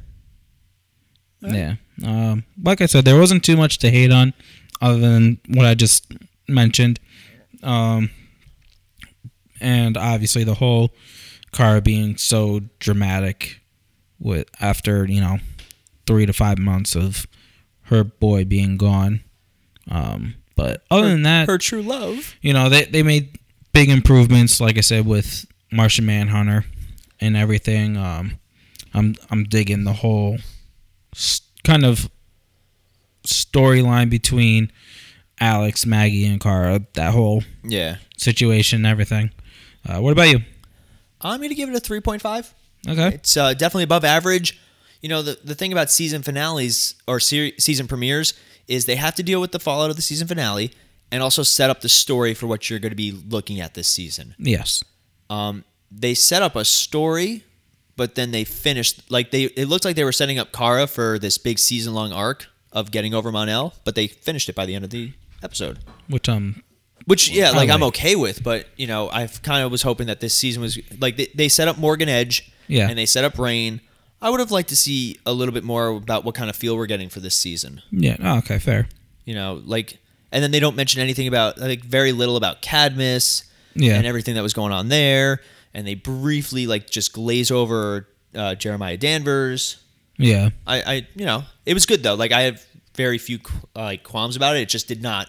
Speaker 1: Yeah. Um, like I said, there wasn't too much to hate on, other than what I just mentioned, um, and obviously the whole car being so dramatic, with after you know three to five months of her boy being gone. Um, but other than that,
Speaker 2: Her true love.
Speaker 1: you know, they, they made big improvements, like I said, with Martian Manhunter and everything. Um, I'm I'm digging the whole s- kind of storyline between Alex, Maggie, and Kara. That whole
Speaker 2: Yeah.
Speaker 1: situation, and everything. Uh, what about you?
Speaker 2: I'm going to give it a 3.5.
Speaker 1: Okay.
Speaker 2: It's uh, definitely above average. You know, the, the thing about season finales or ser- season premieres is they have to deal with the fallout of the season finale and also set up the story for what you're going to be looking at this season.
Speaker 1: Yes.
Speaker 2: Um, they set up a story, but then they finished like they it looked like they were setting up Kara for this big season long arc of getting over Monel, but they finished it by the end of the episode.
Speaker 1: Which um.
Speaker 2: Which yeah, like I'm
Speaker 1: like.
Speaker 2: okay with, but you know, I kind of was hoping that this season was like they, they set up Morgan Edge,
Speaker 1: Yeah.
Speaker 2: and they set up Rain. I would have liked to see a little bit more about what kind of feel we're getting for this season.
Speaker 1: Yeah. oh, okay. Fair.
Speaker 2: You know, like, and then they don't mention anything about like very little about Cadmus,
Speaker 1: Yeah.
Speaker 2: and everything that was going on there, and they briefly like just glaze over uh, Jeremiah Danvers.
Speaker 1: Yeah.
Speaker 2: I, I, you know, it was good though. Like I have very few uh, like qualms about it. It just did not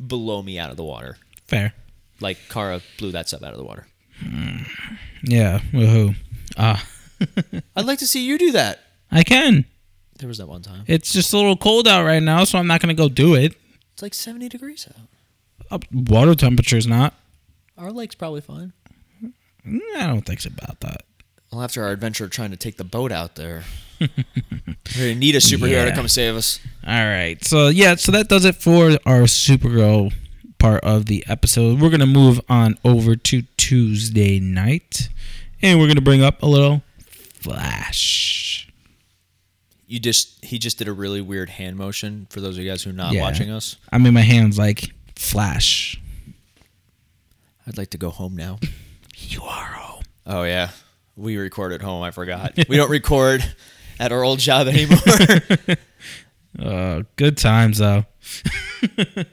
Speaker 2: blow me out of the water
Speaker 1: Fair.
Speaker 2: like Kara blew that stuff out of the water.
Speaker 1: Yeah. Woohoo. Ah.
Speaker 2: I'd like to see you do that.
Speaker 1: I can.
Speaker 2: There was that one time.
Speaker 1: It's just a little cold out right now, so I'm not gonna go do it.
Speaker 2: It's like 70 degrees out.
Speaker 1: Uh, water temperature's not.
Speaker 2: Our lake's probably fine.
Speaker 1: Mm, I don't think so about that.
Speaker 2: Well, after our adventure trying to take the boat out <laughs> there, we really need a superhero to
Speaker 1: Yeah.
Speaker 2: come save us.
Speaker 1: All right. So yeah, so that does it for our Supergirl part of the episode. We're gonna move on over to Tuesday night, and we're gonna bring up a little Flash.
Speaker 2: You just he just did a really weird hand motion for those of you guys who are not
Speaker 1: Yeah.
Speaker 2: watching us.
Speaker 1: I mean, my hands like Flash.
Speaker 2: I'd like to go home now.
Speaker 1: You are home.
Speaker 2: <laughs> oh yeah. We record at home, I <laughs> forgot. we don't record at our old job anymore. <laughs>
Speaker 1: Uh, good times though. <laughs>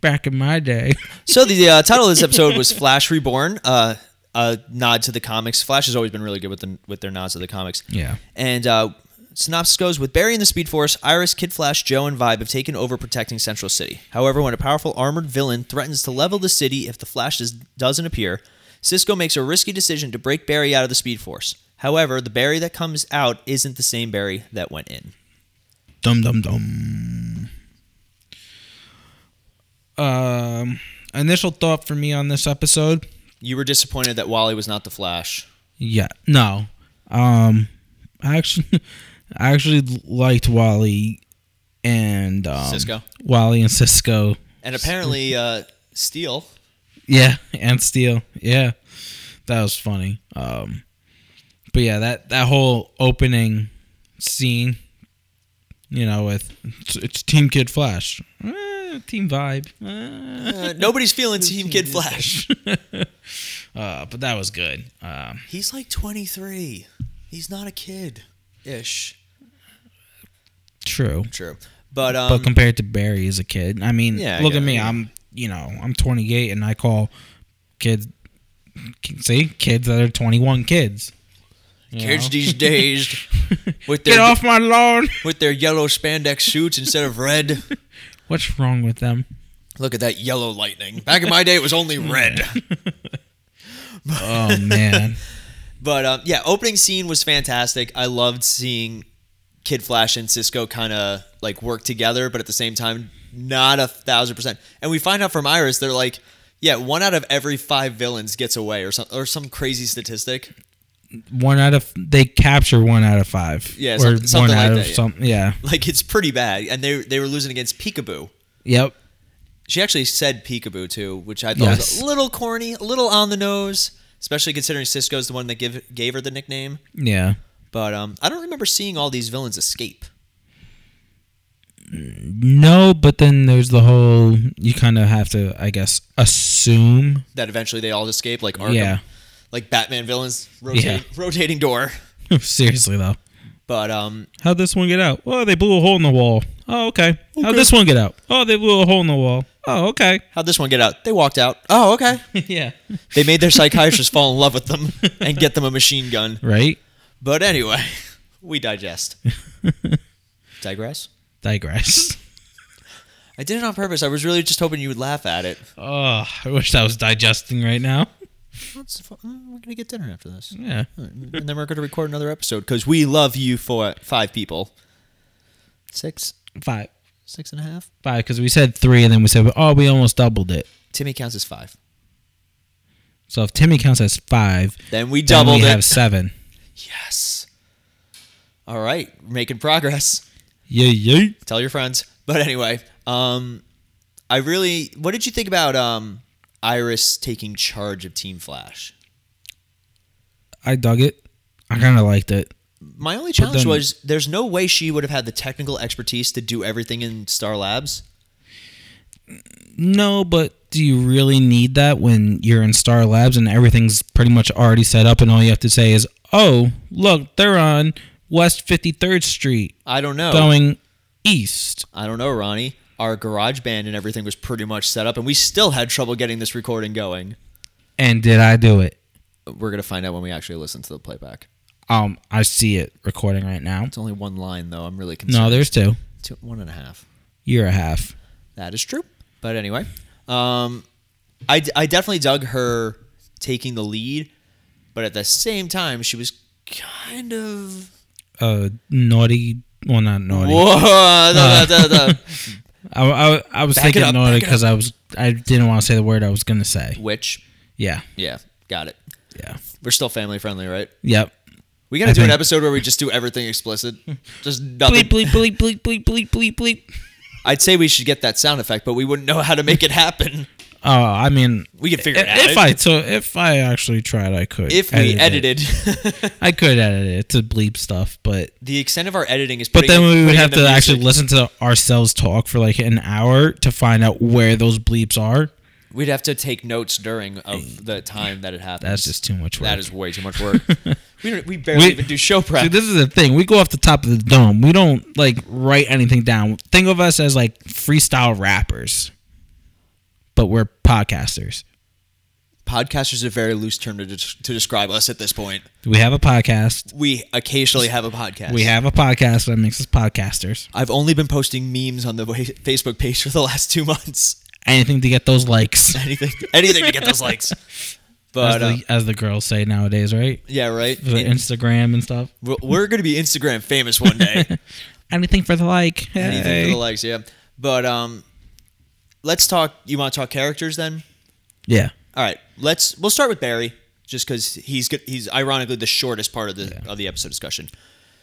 Speaker 1: Back in my day.
Speaker 2: so the uh, title of this episode was Flash Reborn, uh, a nod to the comics. Flash has always been really good with the, with their nods to the comics.
Speaker 1: Yeah.
Speaker 2: And uh, synopsis goes with Barry and the Speed Force, Iris, Kid Flash, Joe, and Vibe have taken over protecting Central City. However, when a powerful armored villain threatens to level the city if the Flash does, doesn't appear, Cisco makes a risky decision to break Barry out of the Speed Force. However, the Barry that comes out isn't the same Barry that went in.
Speaker 1: Dum dum dum. Um, initial thought for me on this episode.
Speaker 2: You were disappointed that Wally was not the Flash.
Speaker 1: Yeah, no. Um, I actually, <laughs> I actually liked Wally and um,
Speaker 2: Sisko?
Speaker 1: Wally and Cisco.
Speaker 2: And apparently, uh, Steele.
Speaker 1: Yeah, and Steel. Yeah, that was funny. Um, but yeah, that that whole opening scene, you know, with it's, it's Team Kid Flash, Eh, Team Vibe. Eh.
Speaker 2: Uh, nobody's feeling Team Kid Flash.
Speaker 1: Uh, but that was good. Um,
Speaker 2: He's like 23. He's not a kid ish.
Speaker 1: true.
Speaker 2: True. But, um,
Speaker 1: but compared to Barry as a kid, I mean,
Speaker 2: Yeah, I
Speaker 1: look
Speaker 2: get
Speaker 1: at
Speaker 2: it,
Speaker 1: me.
Speaker 2: yeah.
Speaker 1: I'm, you know, I'm 28 and I call kids, see, kids that are 21 kids. You
Speaker 2: Kids
Speaker 1: know? <laughs>
Speaker 2: these days with
Speaker 1: Get
Speaker 2: their
Speaker 1: off my lawn. <laughs>
Speaker 2: with their yellow spandex suits instead of red.
Speaker 1: What's wrong with them?
Speaker 2: Look at that yellow lightning. Back in my day, it was only
Speaker 1: Mm.
Speaker 2: red.
Speaker 1: <laughs>
Speaker 2: <laughs>
Speaker 1: Oh, man.
Speaker 2: But um, yeah, opening scene was fantastic. I loved seeing Kid Flash and Cisco kind of like work together, but at the same time, not a thousand percent. And we find out from Iris, they're like, yeah, one out of every five villains gets away, or some or some crazy statistic.
Speaker 1: one out of, they capture one out of five.
Speaker 2: Yeah, some- something like that, yeah.
Speaker 1: something. Yeah.
Speaker 2: Like it's pretty bad. And they they were losing against Peekaboo.
Speaker 1: Yep.
Speaker 2: She actually said peekaboo too, which I thought was
Speaker 1: Yes.
Speaker 2: a little corny, a little on the nose, especially considering Cisco's the one that give, gave her the nickname.
Speaker 1: Yeah.
Speaker 2: But um, I don't remember seeing all these villains escape.
Speaker 1: No, but then there's the whole, you kind of have to, I guess, assume.
Speaker 2: That eventually they all escape, like Arkham,
Speaker 1: Yeah.
Speaker 2: like Batman villains rotate,
Speaker 1: Yeah. <laughs>
Speaker 2: rotating door.
Speaker 1: Seriously, though.
Speaker 2: But um,
Speaker 1: How'd this one get out? Oh, they blew a hole in the wall. Oh, okay. How'd this one get out? Oh, they blew a hole in the wall. Oh, okay.
Speaker 2: how'd this one get out? They walked out. Oh, okay.
Speaker 1: <laughs> yeah.
Speaker 2: They made their psychiatrist fall in love with them and get them a machine gun.
Speaker 1: Right?
Speaker 2: But anyway,
Speaker 1: <laughs>
Speaker 2: we digest. Digress.
Speaker 1: Digress.
Speaker 2: I did it on purpose. I was really just hoping you would laugh at it.
Speaker 1: <laughs> Oh, I wish that was digesting right now.
Speaker 2: That's fu- mm, We're gonna get dinner after this,
Speaker 1: Yeah.
Speaker 2: and then we're gonna record another episode because we love you for five people, six,
Speaker 1: Five.
Speaker 2: six and a half.
Speaker 1: Five, because we said three and then we said, oh, we almost doubled it.
Speaker 2: Timmy counts as five.
Speaker 1: So if Timmy counts as five,
Speaker 2: Then we
Speaker 1: then
Speaker 2: doubled
Speaker 1: we
Speaker 2: it.
Speaker 1: have seven.
Speaker 2: yes. All right, we're making progress.
Speaker 1: Yeah, yeah.
Speaker 2: Tell your friends. But anyway, um, I really. What did you think about um, Iris taking charge of Team Flash?
Speaker 1: I dug it. I kind of liked it.
Speaker 2: My only challenge
Speaker 1: then-
Speaker 2: was there's no way she would have had the technical expertise to do everything in Star Labs.
Speaker 1: No, but do you really need that when you're in Star Labs and everything's pretty much already set up and all you have to say is, "Oh, look, they're on West 53rd Street
Speaker 2: I don't know.
Speaker 1: going east."
Speaker 2: I don't know, Ronnie. Our garage band and everything was pretty much set up, and we still had trouble getting this recording going.
Speaker 1: And did I do it?
Speaker 2: We're gonna find out when we actually listen to the playback.
Speaker 1: Um, I see it recording right now.
Speaker 2: It's only one line though. I'm really concerned.
Speaker 1: No, there's two.
Speaker 2: Two, one and a half.
Speaker 1: Year and a half.
Speaker 2: That is true. But anyway, um, I, I definitely dug her taking the lead, but at the same time, she was
Speaker 1: <laughs>
Speaker 2: kind of.
Speaker 1: Uh, naughty. Well, not naughty.
Speaker 2: Whoa, <laughs> da, da, da,
Speaker 1: <laughs>
Speaker 2: da.
Speaker 1: I, I, I was
Speaker 2: Back it
Speaker 1: thinking
Speaker 2: up,
Speaker 1: naughty
Speaker 2: back it
Speaker 1: because I was I didn't want to say the word I was gonna say.
Speaker 2: Which,
Speaker 1: Yeah.
Speaker 2: yeah, got it.
Speaker 1: Yeah.
Speaker 2: We're still family friendly, right?
Speaker 1: Yep.
Speaker 2: We gotta do an
Speaker 1: think-
Speaker 2: episode where we just do everything
Speaker 1: <laughs>
Speaker 2: explicit. Just nothing.
Speaker 1: Bleep bleep bleep bleep bleep bleep bleep bleep.
Speaker 2: I'd say we should get that sound effect, but we wouldn't know how to make it happen.
Speaker 1: Oh, I mean,
Speaker 2: We could figure it
Speaker 1: if,
Speaker 2: out.
Speaker 1: If I so, if I actually tried, I could.
Speaker 2: If we
Speaker 1: it.
Speaker 2: edited, <laughs>
Speaker 1: I could edit it to bleep stuff, but
Speaker 2: the extent of our editing is.
Speaker 1: but
Speaker 2: putting
Speaker 1: then
Speaker 2: in-
Speaker 1: we would
Speaker 2: putting
Speaker 1: have
Speaker 2: in the
Speaker 1: to actually
Speaker 2: music.
Speaker 1: listen to ourselves talk for like an hour to find out where those bleeps are.
Speaker 2: We'd have to take notes during of the time that it happens.
Speaker 1: That's just too much work.
Speaker 2: That is way too
Speaker 1: <laughs>
Speaker 2: much work. we don't, we barely
Speaker 1: We-
Speaker 2: even do show
Speaker 1: See,
Speaker 2: prep.
Speaker 1: this is the thing. We go off the top of the dome. We don't like write anything down. Think of us as like freestyle rappers, but we're podcasters.
Speaker 2: Podcasters is a very loose term to, des- to describe us at this point.
Speaker 1: We have a podcast.
Speaker 2: We occasionally have a podcast.
Speaker 1: We have a podcast that makes us podcasters.
Speaker 2: I've only been posting memes on the wa- Facebook page for the last two months. <laughs>
Speaker 1: Anything to get those likes,
Speaker 2: Anything, anything to get those likes.
Speaker 1: as
Speaker 2: But uh,
Speaker 1: the, as the girls say nowadays, right?
Speaker 2: yeah, right.
Speaker 1: for the
Speaker 2: In-
Speaker 1: Instagram and stuff.
Speaker 2: we're- we're gonna be Instagram famous one day.
Speaker 1: <laughs> Anything for the like.
Speaker 2: Anything for
Speaker 1: Hey.
Speaker 2: the likes, yeah. But um, let's talk. You want to talk characters then?
Speaker 1: Yeah.
Speaker 2: All right, let's. We'll start with Barry, just because he's good. He's ironically the shortest part of the of the episode discussion.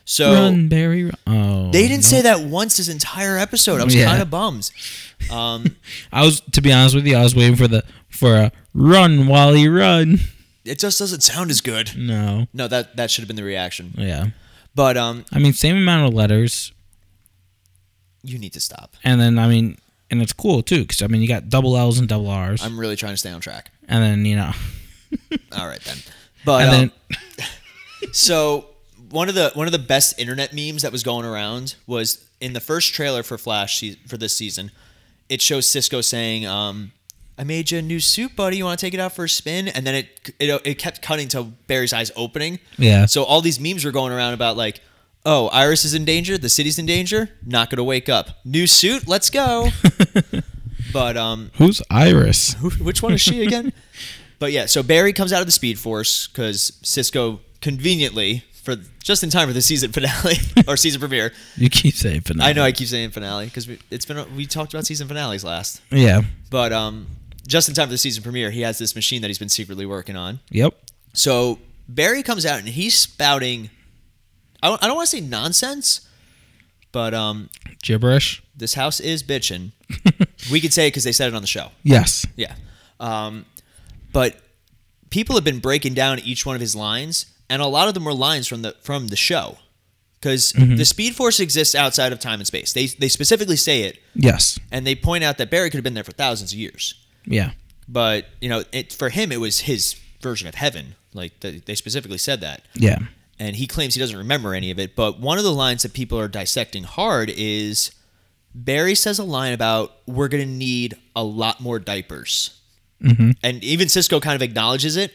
Speaker 2: So
Speaker 1: Run, Barry. Run. Oh,
Speaker 2: they didn't say that once this entire episode. I was
Speaker 1: Yeah.
Speaker 2: kind of bummed. Um, <laughs>
Speaker 1: I was, to be honest with you, I was waiting for the for a run, Wally, run.
Speaker 2: it just doesn't sound as good.
Speaker 1: No.
Speaker 2: <laughs> No, that that should have been the reaction.
Speaker 1: Yeah.
Speaker 2: But um,
Speaker 1: I mean, same amount of letters,
Speaker 2: you need to stop.
Speaker 1: and then I mean, and it's cool too, because I mean, you got double L's and double R's,
Speaker 2: I'm really trying to stay on track.
Speaker 1: and then you
Speaker 2: <laughs>
Speaker 1: know,
Speaker 2: All right then. But
Speaker 1: and
Speaker 2: um,
Speaker 1: then
Speaker 2: So one of the one of the best internet memes that was going around was in the first trailer for Flash se- for this season. It shows Cisco saying, um, "I made you a new suit, buddy. You want to take it out for a spin?" And then it it, it kept cutting to Barry's eyes opening.
Speaker 1: Yeah.
Speaker 2: So all these memes were going around about like, "Oh, Iris is in danger. The city's in danger. Not gonna wake up. New suit. Let's go." but um,
Speaker 1: who's Iris?
Speaker 2: who- <laughs> which one is she again? <laughs> but yeah, so Barry comes out of the Speed Force because Cisco conveniently, for just in time for the season <laughs> finale or season premiere.
Speaker 1: You keep saying
Speaker 2: I
Speaker 1: finale.
Speaker 2: know I keep saying finale because it's been we talked about season finales last,
Speaker 1: Yeah.
Speaker 2: but um, just in time for the season premiere, he has this machine that he's been secretly working on.
Speaker 1: Yep.
Speaker 2: So Barry comes out and he's spouting. I don't, I don't want to say nonsense, but um,
Speaker 1: Gibberish.
Speaker 2: this house is <laughs> bitching. we could say it because they said it on the show.
Speaker 1: Yes.
Speaker 2: Yeah. Um, but people have been breaking down each one of his lines, and a lot of them were lines from the from the show, because the Speed Force exists outside of time and space. They they specifically say it,
Speaker 1: Yes.
Speaker 2: and they point out that Barry could have been there for thousands of years.
Speaker 1: Yeah.
Speaker 2: But you know, it, for him, it was his version of heaven. Like they they specifically said that,
Speaker 1: Yeah.
Speaker 2: and he claims he doesn't remember any of it. But one of the lines that people are dissecting hard is Barry says a line about we're going to need a lot more diapers, and even Cisco kind of acknowledges it.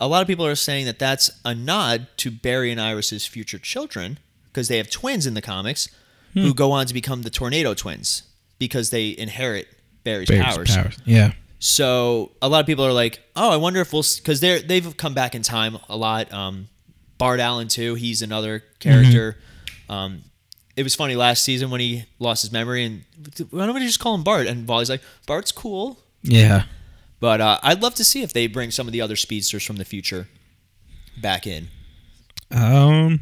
Speaker 2: A lot of people are saying that that's a nod to Barry and Iris's future children because they have twins in the comics who go on to become the Tornado Twins because they inherit Barry's, powers.
Speaker 1: Yeah.
Speaker 2: So a lot of people are like, "Oh, I wonder if we'll," because they're they've come back in time a lot. Um, Bart Allen too; he's another
Speaker 1: Mm-hmm.
Speaker 2: character. Um, it was funny last season when he lost his memory, and why don't we just call him Bart? And Wally's like, "Bart's cool,"
Speaker 1: Yeah.
Speaker 2: but uh, I'd love to see if they bring some of the other speedsters from the future back in.
Speaker 1: Um.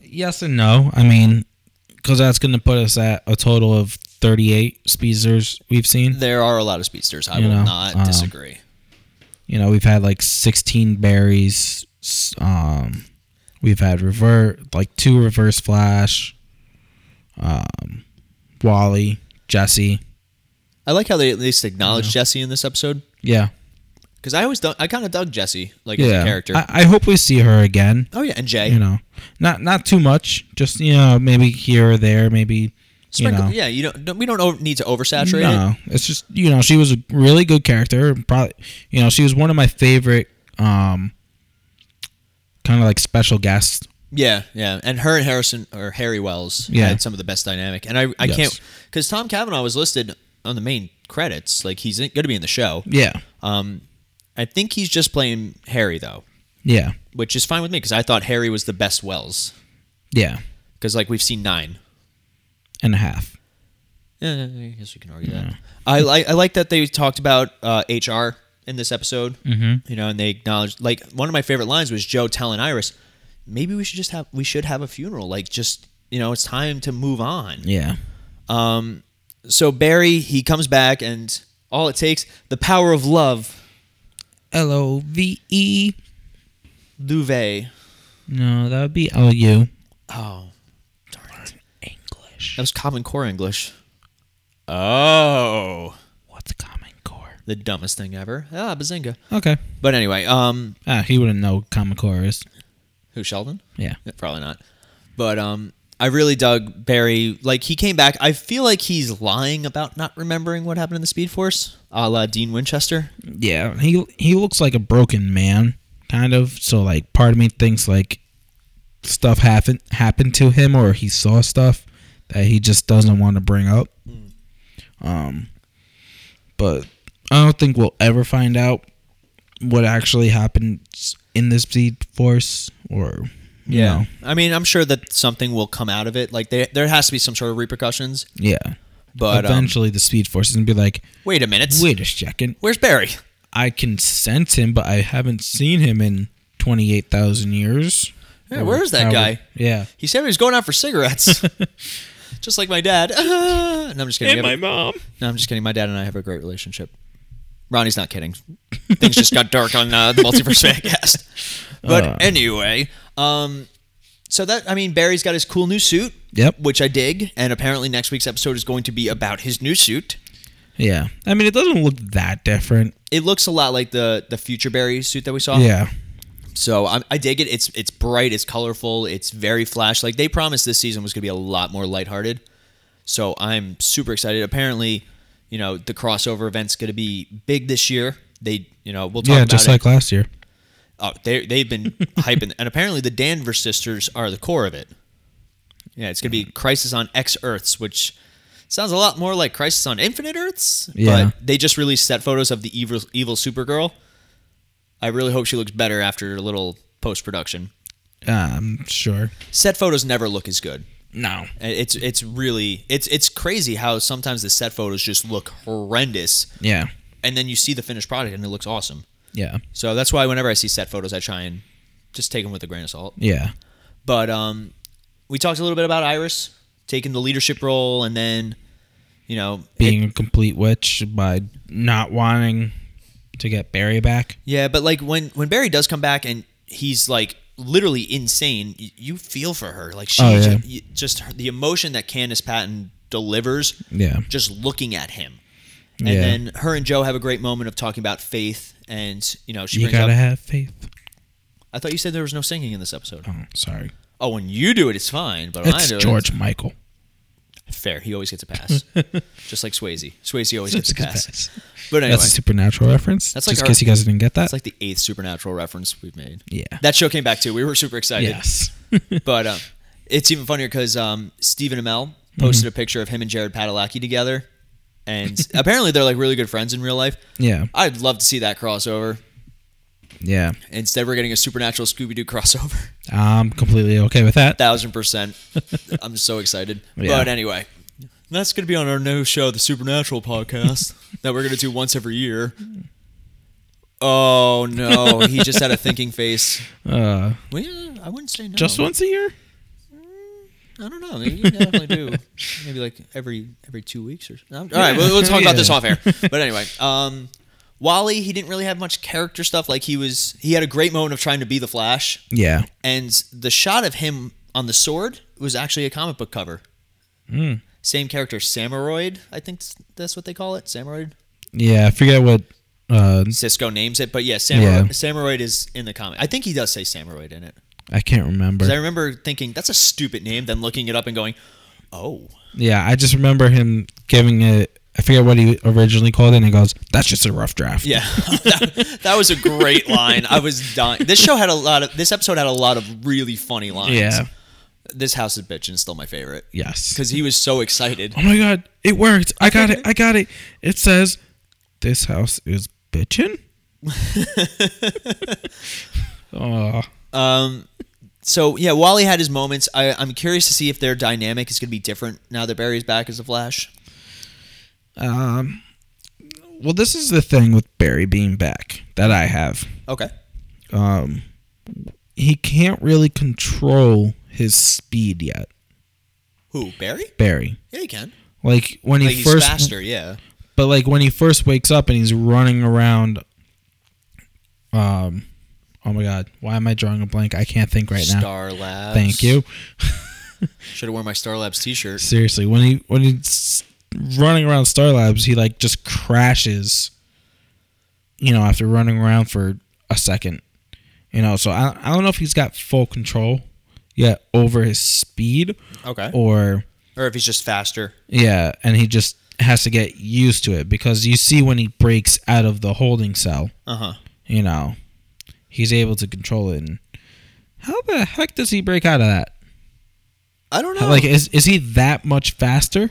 Speaker 1: Yes and no. I mean, because that's going to put us at a total of 38 speedsters we've seen.
Speaker 2: There are a lot of speedsters. I
Speaker 1: You
Speaker 2: will
Speaker 1: know,
Speaker 2: not
Speaker 1: um,
Speaker 2: disagree.
Speaker 1: You know, we've had like 16 berries. s- Um, we've had revert, like two reverse flash. Um, Wally, Jesse.
Speaker 2: I like how they at least acknowledge Jesse in this episode
Speaker 1: Yeah.
Speaker 2: because I always dug, I kind of dug Jesse like as
Speaker 1: Yeah.
Speaker 2: a character.
Speaker 1: I, I hope we see her again.
Speaker 2: oh yeah, and Jay.
Speaker 1: You know, not not too much. Just you know, maybe here or there. Maybe you
Speaker 2: Sprinkle-
Speaker 1: know.
Speaker 2: Yeah, you don't. don't- We don't over, need to oversaturate it.
Speaker 1: No, it's just you know she was a really good character. Probably you know she was one of my favorite, um, kind of like special guests.
Speaker 2: Yeah, yeah. And her and Harrison or Harry Wells
Speaker 1: Yeah.
Speaker 2: had some of the best dynamic. And I, I
Speaker 1: Yes.
Speaker 2: can't because Tom Cavanaugh was listed on the main credits. Like he's going to be in the show.
Speaker 1: Yeah,
Speaker 2: Um, I think he's just playing Harry though,
Speaker 1: yeah,
Speaker 2: which is fine with me because I thought Harry was the best Wells
Speaker 1: yeah,
Speaker 2: because like we've seen nine.
Speaker 1: and a half.
Speaker 2: Yeah, I guess we can argue that. I like I like that they talked about uh, HR in this episode. Mm-hmm. You know, and they acknowledged like one of my favorite lines was Joe telling Iris, "Maybe we should just have we should have a funeral. Like just you know, it's time to move on."
Speaker 1: Yeah,
Speaker 2: Um, so Barry he comes back and all it takes the power of love,
Speaker 1: L O V E.
Speaker 2: duvet.
Speaker 1: No, that would be L U.
Speaker 2: Oh,
Speaker 1: English.
Speaker 2: that was Common Core English. Oh,
Speaker 1: What's Common Core?
Speaker 2: the dumbest thing ever. Ah, bazinga.
Speaker 1: Okay.
Speaker 2: But anyway, um,
Speaker 1: Ah, he wouldn't know what Common Core is.
Speaker 2: who Sheldon?
Speaker 1: Yeah.
Speaker 2: Yeah, Probably not. But um, I really dug Barry. Like he came back. I feel like he's lying about not remembering what happened in the Speed Force, a la Dean Winchester.
Speaker 1: Yeah, he he looks like a broken man, kind of. So like, part of me thinks like stuff happened happened to him, or he saw stuff that he just doesn't want to bring up. Um, but I don't think we'll ever find out what actually happened s- in this speed force, or you know,
Speaker 2: I mean, I'm sure that something will come out of it. Like there, there has to be some sort of repercussions.
Speaker 1: yeah.
Speaker 2: But um,
Speaker 1: eventually, the speed force is gonna be like,
Speaker 2: wait a minute.
Speaker 1: wait a second,
Speaker 2: Where's Barry?
Speaker 1: I can sense him, but I haven't seen him in twenty eight thousand years.
Speaker 2: Yeah,
Speaker 1: Or
Speaker 2: where's that
Speaker 1: however-
Speaker 2: guy?
Speaker 1: Yeah,
Speaker 2: He said he was going out for cigarettes. <laughs> Just like my dad. <laughs> Ah, and I'm just kidding. We have a-
Speaker 3: mom.
Speaker 2: no, I'm just kidding. My dad and I have a great relationship. Ronnie's not kidding. Things just got dark on uh,
Speaker 1: <laughs>
Speaker 2: the Multiverse Podcast. But
Speaker 1: Uh.
Speaker 2: anyway, um, so that I mean, Barry's got his cool new suit.
Speaker 1: Yep.
Speaker 2: Which I dig, and apparently next week's episode is going to be about his new suit.
Speaker 1: yeah. I mean, it doesn't look that different.
Speaker 2: It looks a lot like the the future Barry suit that we saw.
Speaker 1: Yeah,
Speaker 2: So I, I dig it. It's it's bright. It's colorful. It's very flash. Like they promised this season was going to be a lot more lighthearted. So I'm super excited. Apparently, you know the crossover event's going to be big this year. They you know we'll talk
Speaker 1: yeah,
Speaker 2: about
Speaker 1: just
Speaker 2: it.
Speaker 1: like last year.
Speaker 2: oh, they they've been hyping, and apparently the Danvers sisters are the core of it. Yeah, it's going to be Crisis on X Earths, which sounds a lot more like Crisis on Infinite Earths.
Speaker 1: Yeah.
Speaker 2: But they just released set photos of the evil evil Supergirl. I really hope she looks better after a little post production.
Speaker 1: Um, sure.
Speaker 2: set photos never look as good.
Speaker 1: No.
Speaker 2: It's it's really it's it's crazy how sometimes the set photos just look horrendous,
Speaker 1: Yeah,
Speaker 2: and then you see the finished product and it looks awesome.
Speaker 1: yeah,
Speaker 2: So that's why whenever I see set photos, I try and just take them with a grain of salt.
Speaker 1: yeah,
Speaker 2: But um, we talked a little bit about Iris taking the leadership role, and then you know
Speaker 1: being a complete witch by not wanting to get Barry back.
Speaker 2: yeah. But like when when Barry does come back and he's like literally insane, y- you feel for her. Like she
Speaker 1: Oh, yeah.
Speaker 2: just, y- just her- the emotion that Candace Patton delivers
Speaker 1: Yeah,
Speaker 2: just looking at him. And
Speaker 1: Yeah.
Speaker 2: then her and Joe have a great moment of talking about faith, and you know she
Speaker 1: you
Speaker 2: brings
Speaker 1: gotta
Speaker 2: up.
Speaker 1: have faith.
Speaker 2: I thought you said there was no singing in this episode.
Speaker 1: Oh, sorry.
Speaker 2: Oh, when you do it, it's fine. But when I
Speaker 1: It's
Speaker 2: do
Speaker 1: George Michael.
Speaker 2: it, it's fair. He always gets
Speaker 1: <laughs>
Speaker 2: a pass. Just like Swayze. Swayze always gets a pass.
Speaker 1: That's
Speaker 2: But anyway,
Speaker 1: a supernatural reference. That's
Speaker 2: That's like
Speaker 1: Just
Speaker 2: our-
Speaker 1: in case you guys didn't get that.
Speaker 2: that's like the eighth supernatural reference we've made.
Speaker 1: yeah.
Speaker 2: That show came back too. We were super excited.
Speaker 1: Yes.
Speaker 2: But um, it's even funnier because um, Stephen Amell
Speaker 1: Mm-hmm.
Speaker 2: posted a picture of him and Jared Padalecki together, and apparently they're like really good friends in real life.
Speaker 1: <laughs> yeah.
Speaker 2: I'd love to see that crossover.
Speaker 1: Yeah.
Speaker 2: Instead, we're getting a supernatural Scooby Doo <laughs> crossover.
Speaker 1: I'm completely okay with that.
Speaker 2: Thousand percent. I'm so excited.
Speaker 1: Yeah.
Speaker 2: But anyway, that's gonna be on our new show, the Supernatural podcast, <laughs> that we're gonna do once every year. Oh no, he just had a thinking face.
Speaker 1: Uh,
Speaker 2: Well, yeah, I wouldn't say no.
Speaker 1: just once a year?
Speaker 2: I don't know. Maybe you definitely <laughs> do. Maybe like every every two weeks or something. All right, well, let's talk about this
Speaker 1: Yeah.
Speaker 2: off <laughs> air. But anyway, um, Wally, he didn't really have much character stuff. Like he was, he had a great moment of trying to be the Flash,
Speaker 1: Yeah.
Speaker 2: and the shot of him on the sword was actually a comic book cover. Hmm.
Speaker 1: Mm.
Speaker 2: Same character, Samuroid. I think s- that's what they call it. Samuroid.
Speaker 1: Yeah. I forget what. Uh,
Speaker 2: Cisco names it, but yeah, Samuroid,
Speaker 1: Yeah.
Speaker 2: Samuroid is in the comic. I think he does say Samuroid in it.
Speaker 1: I can't remember.
Speaker 2: Because I remember thinking that's a stupid name, then looking it up and going, "Oh,
Speaker 1: Yeah, I just remember him giving it. I forget what he originally called it, and he goes, "That's just a rough draft."
Speaker 2: Yeah, <laughs> that, that was a great line. I was dying. This show had a lot of. This episode had a lot of really funny lines.
Speaker 1: Yeah.
Speaker 2: This house is bitching is still my favorite
Speaker 1: Yes.
Speaker 2: because he was so excited.
Speaker 1: Oh my god, it worked! I got it! I got it! It says, "This house is <laughs> bitchin." oh,
Speaker 2: Um, so yeah, Wally had his moments. I, I'm curious to see if their dynamic is going to be different now that Barry's back as a Flash.
Speaker 1: um, well, this is the thing with Barry being back that I have.
Speaker 2: Okay.
Speaker 1: Um, he can't really control his speed yet,
Speaker 2: Who Barry?
Speaker 1: Barry.
Speaker 2: Yeah, he can.
Speaker 1: Like when he
Speaker 2: Like he's
Speaker 1: first
Speaker 2: faster. Yeah.
Speaker 1: But like when he first wakes up and he's running around, um, oh my god, why am I drawing a blank? I can't think right now.
Speaker 2: Star Labs.
Speaker 1: Thank you.
Speaker 2: Should have worn my Star Labs T-shirt.
Speaker 1: Seriously, when he when he's running around Star Labs, he like just crashes. You know, after running around for a second, you know. So I I don't know if he's got full control yet over his speed
Speaker 2: Okay.
Speaker 1: or
Speaker 2: Or if he's just faster.
Speaker 1: Yeah, and he just has to get used to it because you see when he breaks out of the holding cell,
Speaker 2: Uh huh.
Speaker 1: you know, he's able to control it. And how the heck does he break out of that?
Speaker 2: I don't know.
Speaker 1: Like, is is he that much faster?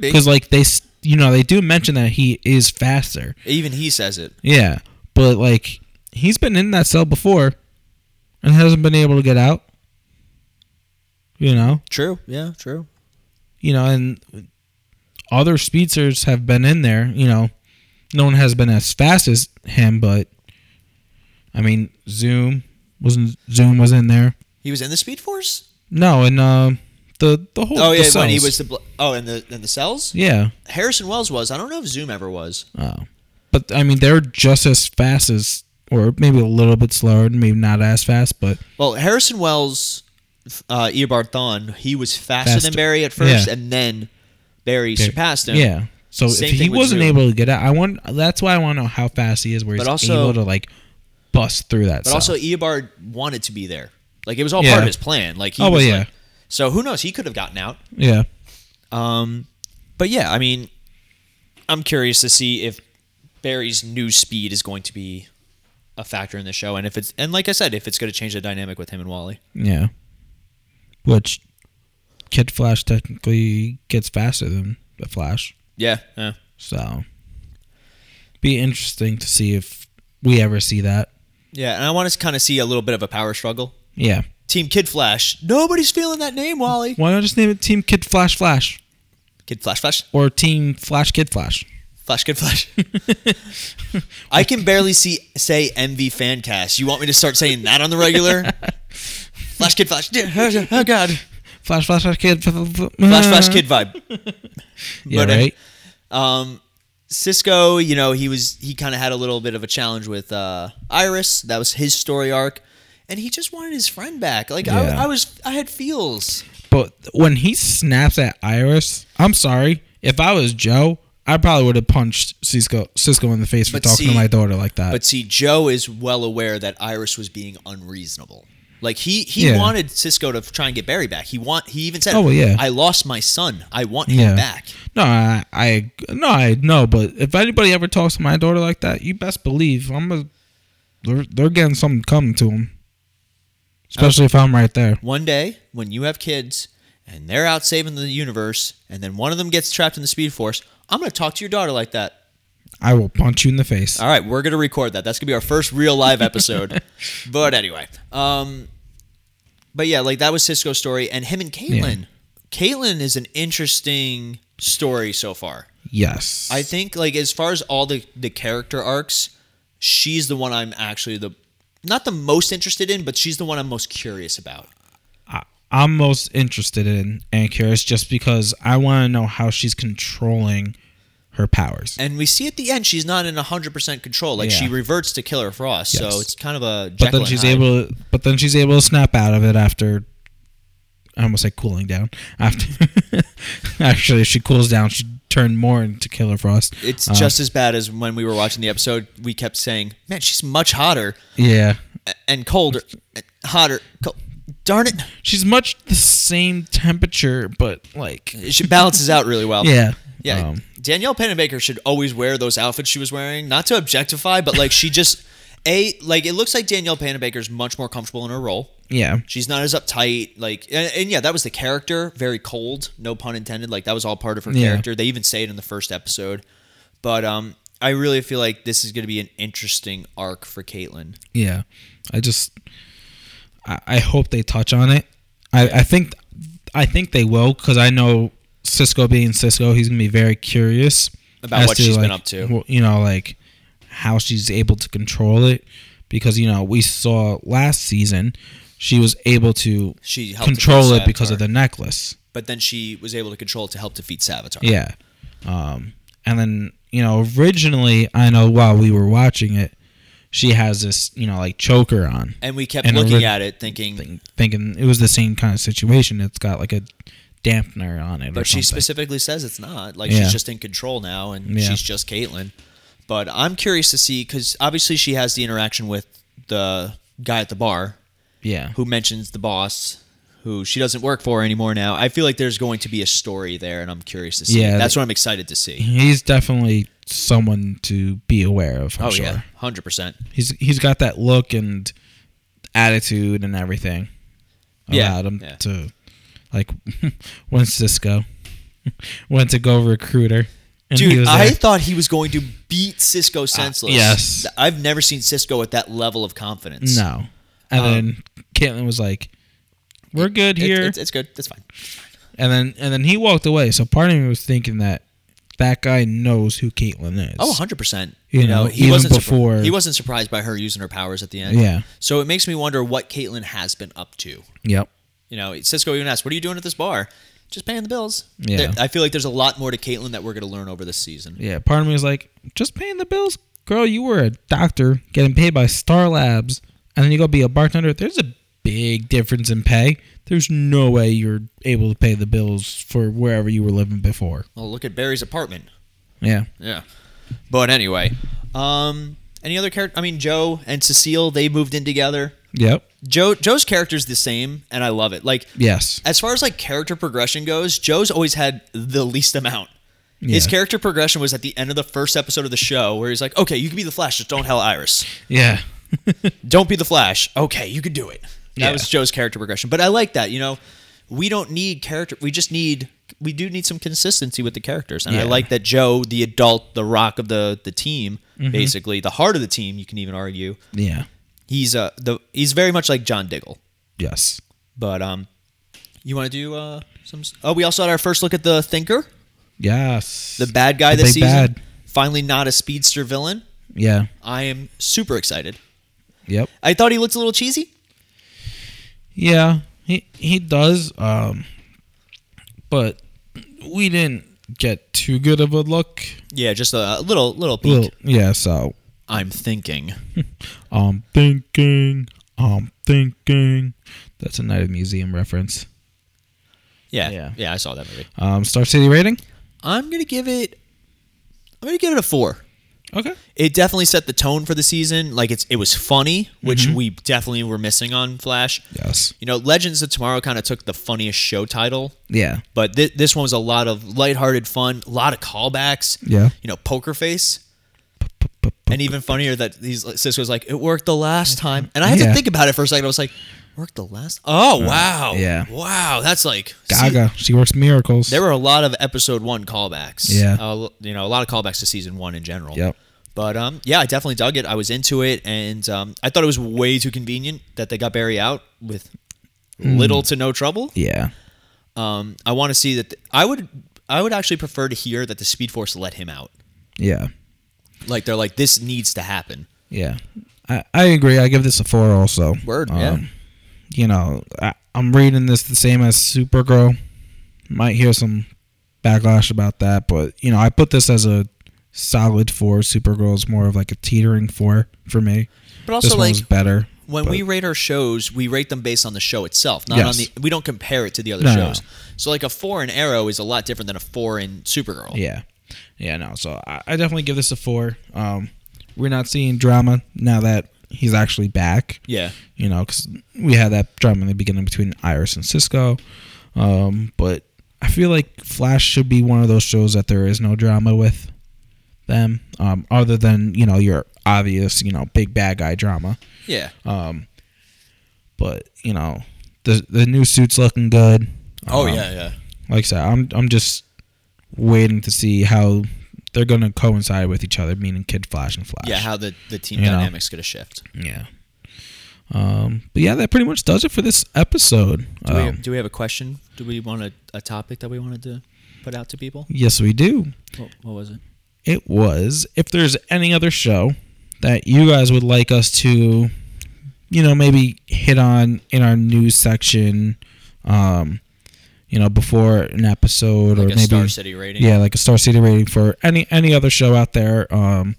Speaker 1: <laughs>
Speaker 2: be.
Speaker 1: Because like they, s- you know, they do mention that he is faster.
Speaker 2: Even he says it.
Speaker 1: Yeah, but like he's been in that cell before, and hasn't been able to get out. You know,
Speaker 2: True. Yeah. True.
Speaker 1: you know, and other speedsters have been in there. You know, no one has been as fast as him, but I mean, Zoom wasn't Zoom was in there.
Speaker 2: He was in the Speed Force.
Speaker 1: No, and um the the whole
Speaker 2: Oh
Speaker 1: the
Speaker 2: yeah, when he
Speaker 1: cells.
Speaker 2: was the bl- oh, and the and the cells.
Speaker 1: yeah.
Speaker 2: Harrison Wells was. I don't know if Zoom ever was.
Speaker 1: Oh, but I mean, they're just as fast as, or maybe a little bit slower, maybe not as fast, but
Speaker 2: Well, Harrison Wells, uh, Eobard Thawne, he was faster, than
Speaker 1: Faster.
Speaker 2: Barry at first,
Speaker 1: Yeah.
Speaker 2: and then Barry surpassed him.
Speaker 1: Yeah. So
Speaker 2: Same
Speaker 1: if he
Speaker 2: thing with
Speaker 1: wasn't
Speaker 2: Zoom.
Speaker 1: able to get out, I want. That's why I want to know how fast he is, where
Speaker 2: But
Speaker 1: he's
Speaker 2: also-
Speaker 1: able to like bust through that.
Speaker 2: But
Speaker 1: cell.
Speaker 2: also, Eobard wanted to be there. Like it was all
Speaker 1: Yeah.
Speaker 2: part of his plan. Like he
Speaker 1: Oh, well,
Speaker 2: was
Speaker 1: yeah.
Speaker 2: like- so who knows? He could have gotten out.
Speaker 1: yeah,
Speaker 2: Um, but yeah, I mean, I'm curious to see if Barry's new speed is going to be a factor in the show, and if it's and like I said, if it's going to change the dynamic with him and Wally.
Speaker 1: yeah. Which Kid Flash technically gets faster than the Flash,
Speaker 2: Yeah. yeah.
Speaker 1: so be interesting to see if we ever see that.
Speaker 2: Yeah, and I want to kind of see a little bit of a power struggle.
Speaker 1: Yeah.
Speaker 2: Team Kid Flash. Nobody's feeling that name, Wally.
Speaker 1: Why not just name it Team Kid Flash Flash
Speaker 2: Kid Flash, Flash,
Speaker 1: or Team Flash Kid Flash?
Speaker 2: Flash, Kid <laughs> Flash. I can barely see say MV Fancast. You want me to start saying that on the regular? Flash Kid Flash. <laughs> Oh God.
Speaker 1: Flash Flash Flash Kid Flash
Speaker 2: Flash Flash Kid vibe.
Speaker 1: Yeah,
Speaker 2: But, uh,
Speaker 1: right.
Speaker 2: Um, Cisco, you know, he was he kind of had a little bit of a challenge with uh, Iris. That was his story arc, and he just wanted his friend back. Like
Speaker 1: Yeah.
Speaker 2: I, I was, I had feels.
Speaker 1: But when he snaps at Iris, I'm sorry. If I was Joe, I probably would have punched Cisco Cisco in the face for
Speaker 2: But
Speaker 1: talking
Speaker 2: see-
Speaker 1: to my daughter like that.
Speaker 2: But see, Joe is well aware that Iris was being unreasonable. Like he he
Speaker 1: Yeah.
Speaker 2: wanted Cisco to try and get Barry back. He want he even said,
Speaker 1: Oh, well, yeah.
Speaker 2: I lost my son. I want him
Speaker 1: Yeah.
Speaker 2: back."
Speaker 1: no, I, I no, I no. But if anybody ever talks to my daughter like that, you best believe I'm a. They're, they're getting something coming to them, especially if I'm right there.
Speaker 2: One day, when you have kids and they're out saving the universe, and then one of them gets trapped in the Speed Force, I'm gonna talk to your daughter like that.
Speaker 1: I will punch you in the face.
Speaker 2: All right, we're gonna record that. That's gonna be our first real
Speaker 1: <laughs>
Speaker 2: live episode. but anyway, um, but yeah, like that was Cisco's story, and him and Caitlin. Caitlin is an interesting story so far.
Speaker 1: Yes,
Speaker 2: I think like as far as all the the character arcs, she's the one I'm actually the not the most interested in, but she's the one I'm most curious about.
Speaker 1: I, I'm most interested in and curious just because I want to know how she's controlling her powers.
Speaker 2: And we see at the end she's not in 100% control. Like she
Speaker 1: Yeah.
Speaker 2: reverts to Killer Frost, so
Speaker 1: Yes.
Speaker 2: it's kind of a
Speaker 1: but
Speaker 2: Jekyll
Speaker 1: then
Speaker 2: and
Speaker 1: she's
Speaker 2: Hyde.
Speaker 1: able to, but then she's able to snap out of it after I almost like cooling down after <laughs> actually if she cools down she turned more into Killer Frost
Speaker 2: It's
Speaker 1: Uh,
Speaker 2: just as bad as when we were watching the episode. We kept saying, "Man, she's much hotter
Speaker 1: yeah
Speaker 2: a- and colder, and hotter." Cold. Darn it,
Speaker 1: she's much the same temperature but like
Speaker 2: she balances out really well.
Speaker 1: yeah
Speaker 2: Yeah,
Speaker 1: um,
Speaker 2: Danielle Panabaker should always wear those outfits she was wearing, not to objectify, but like she just <laughs> a like it looks like Danielle Panabaker's much more comfortable in her role.
Speaker 1: yeah
Speaker 2: She's not as uptight, like and, and yeah, that was the character, very cold, no pun intended. Like that was all part of her
Speaker 1: Yeah.
Speaker 2: character. They even say it in the first episode, but um, I really feel like this is going to be an interesting arc for Caitlin.
Speaker 1: yeah I just I, I hope they touch on it I I think I think they will because I know Cisco being Cisco he's gonna be very curious
Speaker 2: About
Speaker 1: as
Speaker 2: what
Speaker 1: to,
Speaker 2: she's been
Speaker 1: like,
Speaker 2: up to.
Speaker 1: wh- You know, like how she's able to control it because you know we saw last season she was able to
Speaker 2: She helped
Speaker 1: control
Speaker 2: defeat
Speaker 1: it because of
Speaker 2: Savitar.
Speaker 1: the necklace.
Speaker 2: but then she was able to control it to help defeat Savitar.
Speaker 1: Yeah, um, and then you know originally I know while we were watching it, she has this you know like choker on,
Speaker 2: and we kept
Speaker 1: And
Speaker 2: looking
Speaker 1: orig-
Speaker 2: at it, thinking,
Speaker 1: thing, thinking it was the same kind of situation. It's got like a dampener on it, or
Speaker 2: But she
Speaker 1: something.
Speaker 2: specifically says it's not. Like
Speaker 1: Yeah.
Speaker 2: she's just in control now, and
Speaker 1: Yeah.
Speaker 2: she's just Caitlyn. But I'm curious to see because obviously she has the interaction with the guy at the bar
Speaker 1: yeah,
Speaker 2: who mentions the boss, who she doesn't work for anymore now. I feel like there's going to be a story there, and I'm curious to see.
Speaker 1: Yeah, they-
Speaker 2: that's what I'm excited to see.
Speaker 1: he's definitely someone to be aware of. I'm
Speaker 2: Oh
Speaker 1: sure.
Speaker 2: yeah, hundred percent.
Speaker 1: He's he's got that look and attitude and everything about
Speaker 2: Yeah,
Speaker 1: him
Speaker 2: yeah.
Speaker 1: to like <laughs> when Cisco <laughs> went to go recruiter and he
Speaker 2: Dude,
Speaker 1: was
Speaker 2: I
Speaker 1: there. Ah,
Speaker 2: thought he was going to beat Cisco senseless.
Speaker 1: yes.
Speaker 2: I've never seen Cisco at that level of confidence.
Speaker 1: no, and then Caitlin was like, "We're good
Speaker 2: Uh, It-
Speaker 1: here,"
Speaker 2: it's, it's good. That's fine.
Speaker 1: and then and then he walked away. So part of me was thinking that that guy knows who Caitlin is.
Speaker 2: Oh, 100 percent.
Speaker 1: You
Speaker 2: You know,
Speaker 1: know,
Speaker 2: he
Speaker 1: even
Speaker 2: wasn't surpri-
Speaker 1: before-
Speaker 2: he wasn't surprised by her using her powers at the end.
Speaker 1: Yeah.
Speaker 2: So it makes me wonder what Caitlyn has been up to.
Speaker 1: yep,
Speaker 2: You know, Cisco even asked, "What are you doing at this bar?" Just paying the bills.
Speaker 1: Yeah.
Speaker 2: There- I feel like there's a lot more to Caitlyn that we're going to learn over this season.
Speaker 1: yeah. Part of me was like, "Just paying the bills, girl. You were a doctor getting paid by Star Labs, and then you go be a bartender. There's a big difference in pay. There's no way you're able to pay the bills for wherever you were living before.
Speaker 2: Well, look at Barry's apartment.
Speaker 1: Yeah,
Speaker 2: Yeah. But anyway, um, any other character? I mean, Joe and Cecile they moved in together.
Speaker 1: yep,
Speaker 2: Joe Joe's character's the same, and I love it. Like <laughs>
Speaker 1: yes,
Speaker 2: as far as like character progression goes, Joe's always had the least amount. His
Speaker 1: Yeah.
Speaker 2: character progression was at the end of the first episode of the show, where he's like, "Okay, you can be the Flash, just don't hell Iris.
Speaker 1: yeah,
Speaker 2: Don't be the Flash. Okay, you can do it." That
Speaker 1: Yeah.
Speaker 2: was Joe's character progression, but I like that. You know, we don't need character; we just need we do need some consistency with the characters, and I
Speaker 1: Yeah.
Speaker 2: like that Joe, the adult, the rock of the the team,
Speaker 1: Mm-hmm.
Speaker 2: basically the heart of the team. You can even argue
Speaker 1: yeah,
Speaker 2: he's uh the he's very much like John Diggle.
Speaker 1: yes.
Speaker 2: But um, you want to do uh some? s- Oh, we also had our first look at the Thinker,
Speaker 1: Yes.
Speaker 2: the bad guy
Speaker 1: The
Speaker 2: this
Speaker 1: big
Speaker 2: season.
Speaker 1: bad.
Speaker 2: Finally, not a speedster villain.
Speaker 1: Yeah.
Speaker 2: I am super excited.
Speaker 1: Yep.
Speaker 2: I thought he looked a little cheesy.
Speaker 1: Yeah. He he does. Um but we didn't get too good of a look.
Speaker 2: Yeah, just a, a little little peek.
Speaker 1: Well, yeah, so
Speaker 2: I'm thinking.
Speaker 1: I'm thinking. I'm thinking. That's a night of museum reference.
Speaker 2: Yeah, yeah,
Speaker 1: Yeah.
Speaker 2: I saw that movie.
Speaker 1: Um Star City rating?
Speaker 2: I'm gonna give it I'm gonna give it a four.
Speaker 4: Okay.
Speaker 2: It definitely set the tone for the season. Like it's it was funny, which
Speaker 1: Mm-hmm.
Speaker 2: we definitely were missing on Flash.
Speaker 1: Yes.
Speaker 2: You know, Legends of Tomorrow kind of took the funniest show title,
Speaker 1: Yeah.
Speaker 2: but thi- this one was a lot of lighthearted fun, a lot of callbacks.
Speaker 1: Yeah.
Speaker 2: You know, Poker Face. And even funnier that these Cisco's like, it worked
Speaker 1: <laughs>
Speaker 2: the last time. And I had
Speaker 1: Yeah.
Speaker 2: to think about it for a second. I was like, worked the last Oh wow.
Speaker 1: yeah.
Speaker 2: Wow. That's like see,
Speaker 1: Gaga. She works miracles.
Speaker 2: there were a lot of episode one callbacks.
Speaker 1: Yeah.
Speaker 2: Uh, you know, a lot of callbacks to season one in general.
Speaker 1: Yep.
Speaker 2: But um, yeah, I definitely dug it. I was into it, and um, I thought it was way too convenient that they got Barry out with
Speaker 1: Hmm.
Speaker 2: little to no trouble.
Speaker 1: yeah.
Speaker 2: Um, I want to see that. th- I would, I would actually prefer to hear that the Speed Force let him out.
Speaker 1: Yeah.
Speaker 2: Like they're like, this needs to happen.
Speaker 1: Yeah. I, I agree. I give this a four also. Um,
Speaker 2: Word, yeah.
Speaker 1: You know, I, I'm reading this the same as Supergirl. Might hear some backlash about that, but, you know, I put this as a solid four. Supergirl's more of like a teetering four for me.
Speaker 2: But also,
Speaker 1: this one
Speaker 2: like,
Speaker 1: was better.
Speaker 2: When
Speaker 1: but-
Speaker 2: we rate our shows, we rate them based on the show itself, not on
Speaker 1: Yes.
Speaker 2: the. We don't compare it to the other
Speaker 1: No, no,
Speaker 2: shows.
Speaker 1: no.
Speaker 2: So like a four in Arrow is a lot different than a four in Supergirl.
Speaker 1: Yeah. Yeah, no. So I, I definitely give this a four. Um, we're not seeing drama now that he's actually back.
Speaker 2: Yeah.
Speaker 1: You know, because we had that drama in the beginning between Iris and Cisco. Um, but I feel like Flash should be one of those shows that there is no drama with them, um, other than, you know, your obvious, you know, big bad guy drama.
Speaker 2: Yeah.
Speaker 1: Um, but, you know, the, the new suit's looking good.
Speaker 2: oh
Speaker 1: Um,
Speaker 2: yeah, yeah.
Speaker 1: like I said, I'm I'm just waiting to see how they're gonna coincide with each other, meaning Kid Flash and Flash.
Speaker 2: Yeah, how the, the team
Speaker 1: You know.
Speaker 2: dynamics gonna shift.
Speaker 1: yeah. Um, but yeah, that pretty much does it for this episode.
Speaker 2: Do, we,
Speaker 1: Um,
Speaker 2: do we have a question? Do we want a, a topic that we wanted to put out to people?
Speaker 1: yes, we do.
Speaker 2: What, what was it?
Speaker 1: It was if there's any other show that you guys would like us to, you know, maybe hit on in our news section, um, you know, before an episode or
Speaker 2: Like a
Speaker 1: maybe
Speaker 2: Star City rating?
Speaker 1: Yeah, like a Star City rating for any any other show out there. Um,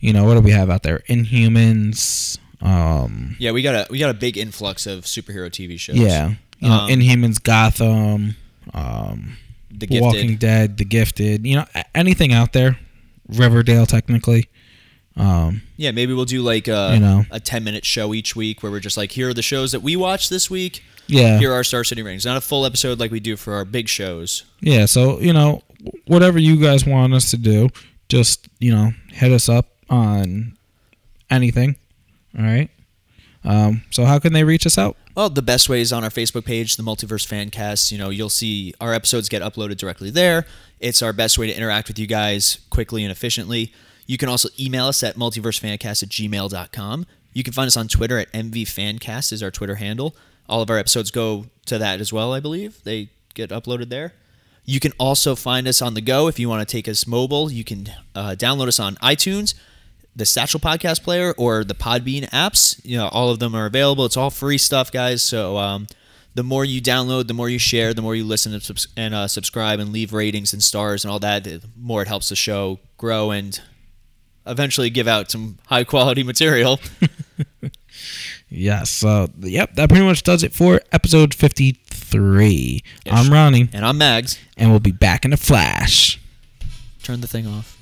Speaker 1: you know, what do we have out there? Inhumans. Um,
Speaker 2: Yeah, we got a we got a big influx of superhero TV shows.
Speaker 1: yeah, you know,
Speaker 2: Um,
Speaker 1: Inhumans, Gotham, um,
Speaker 2: The Gifted.
Speaker 1: Walking Dead, The Gifted. You know, a- anything out there. Riverdale, technically. Um,
Speaker 2: Yeah, maybe we'll do like a,
Speaker 1: You know.
Speaker 2: a ten minute show each week where we're just like, here are the shows that we watched this week.
Speaker 1: yeah,
Speaker 2: Here are our Star City ratings. Not a full episode like we do for our big shows.
Speaker 1: yeah. So you know, whatever you guys want us to do, just you know, hit us up on anything. All right. Um, so how can they reach us out?
Speaker 2: Well, the best way is on our Facebook page, the Multiverse Fancast. You know, you'll see our episodes get uploaded directly there. It's our best way to interact with you guys quickly and efficiently. You can also email us at multiversefancast at gmail.com. You can find us on Twitter at mvfancast is our Twitter handle. All of our episodes go to that as well, I believe. They get uploaded there. You can also find us on the go if you want to take us mobile. You can uh, download us on iTunes, the Satchel Podcast Player, or the Podbean apps. You know, all of them are available. It's all free stuff, guys. So um, the more you download, the more you share, the more you listen and, subs- and uh, subscribe and leave ratings and stars and all that, the more it helps the show grow and eventually give out some high quality <laughs> material.
Speaker 1: Yes. So, yep, that pretty much does it for episode 53. I'm Ronnie,
Speaker 2: and I'm Mags.
Speaker 1: and we'll be back in a flash.
Speaker 2: Turn the thing off.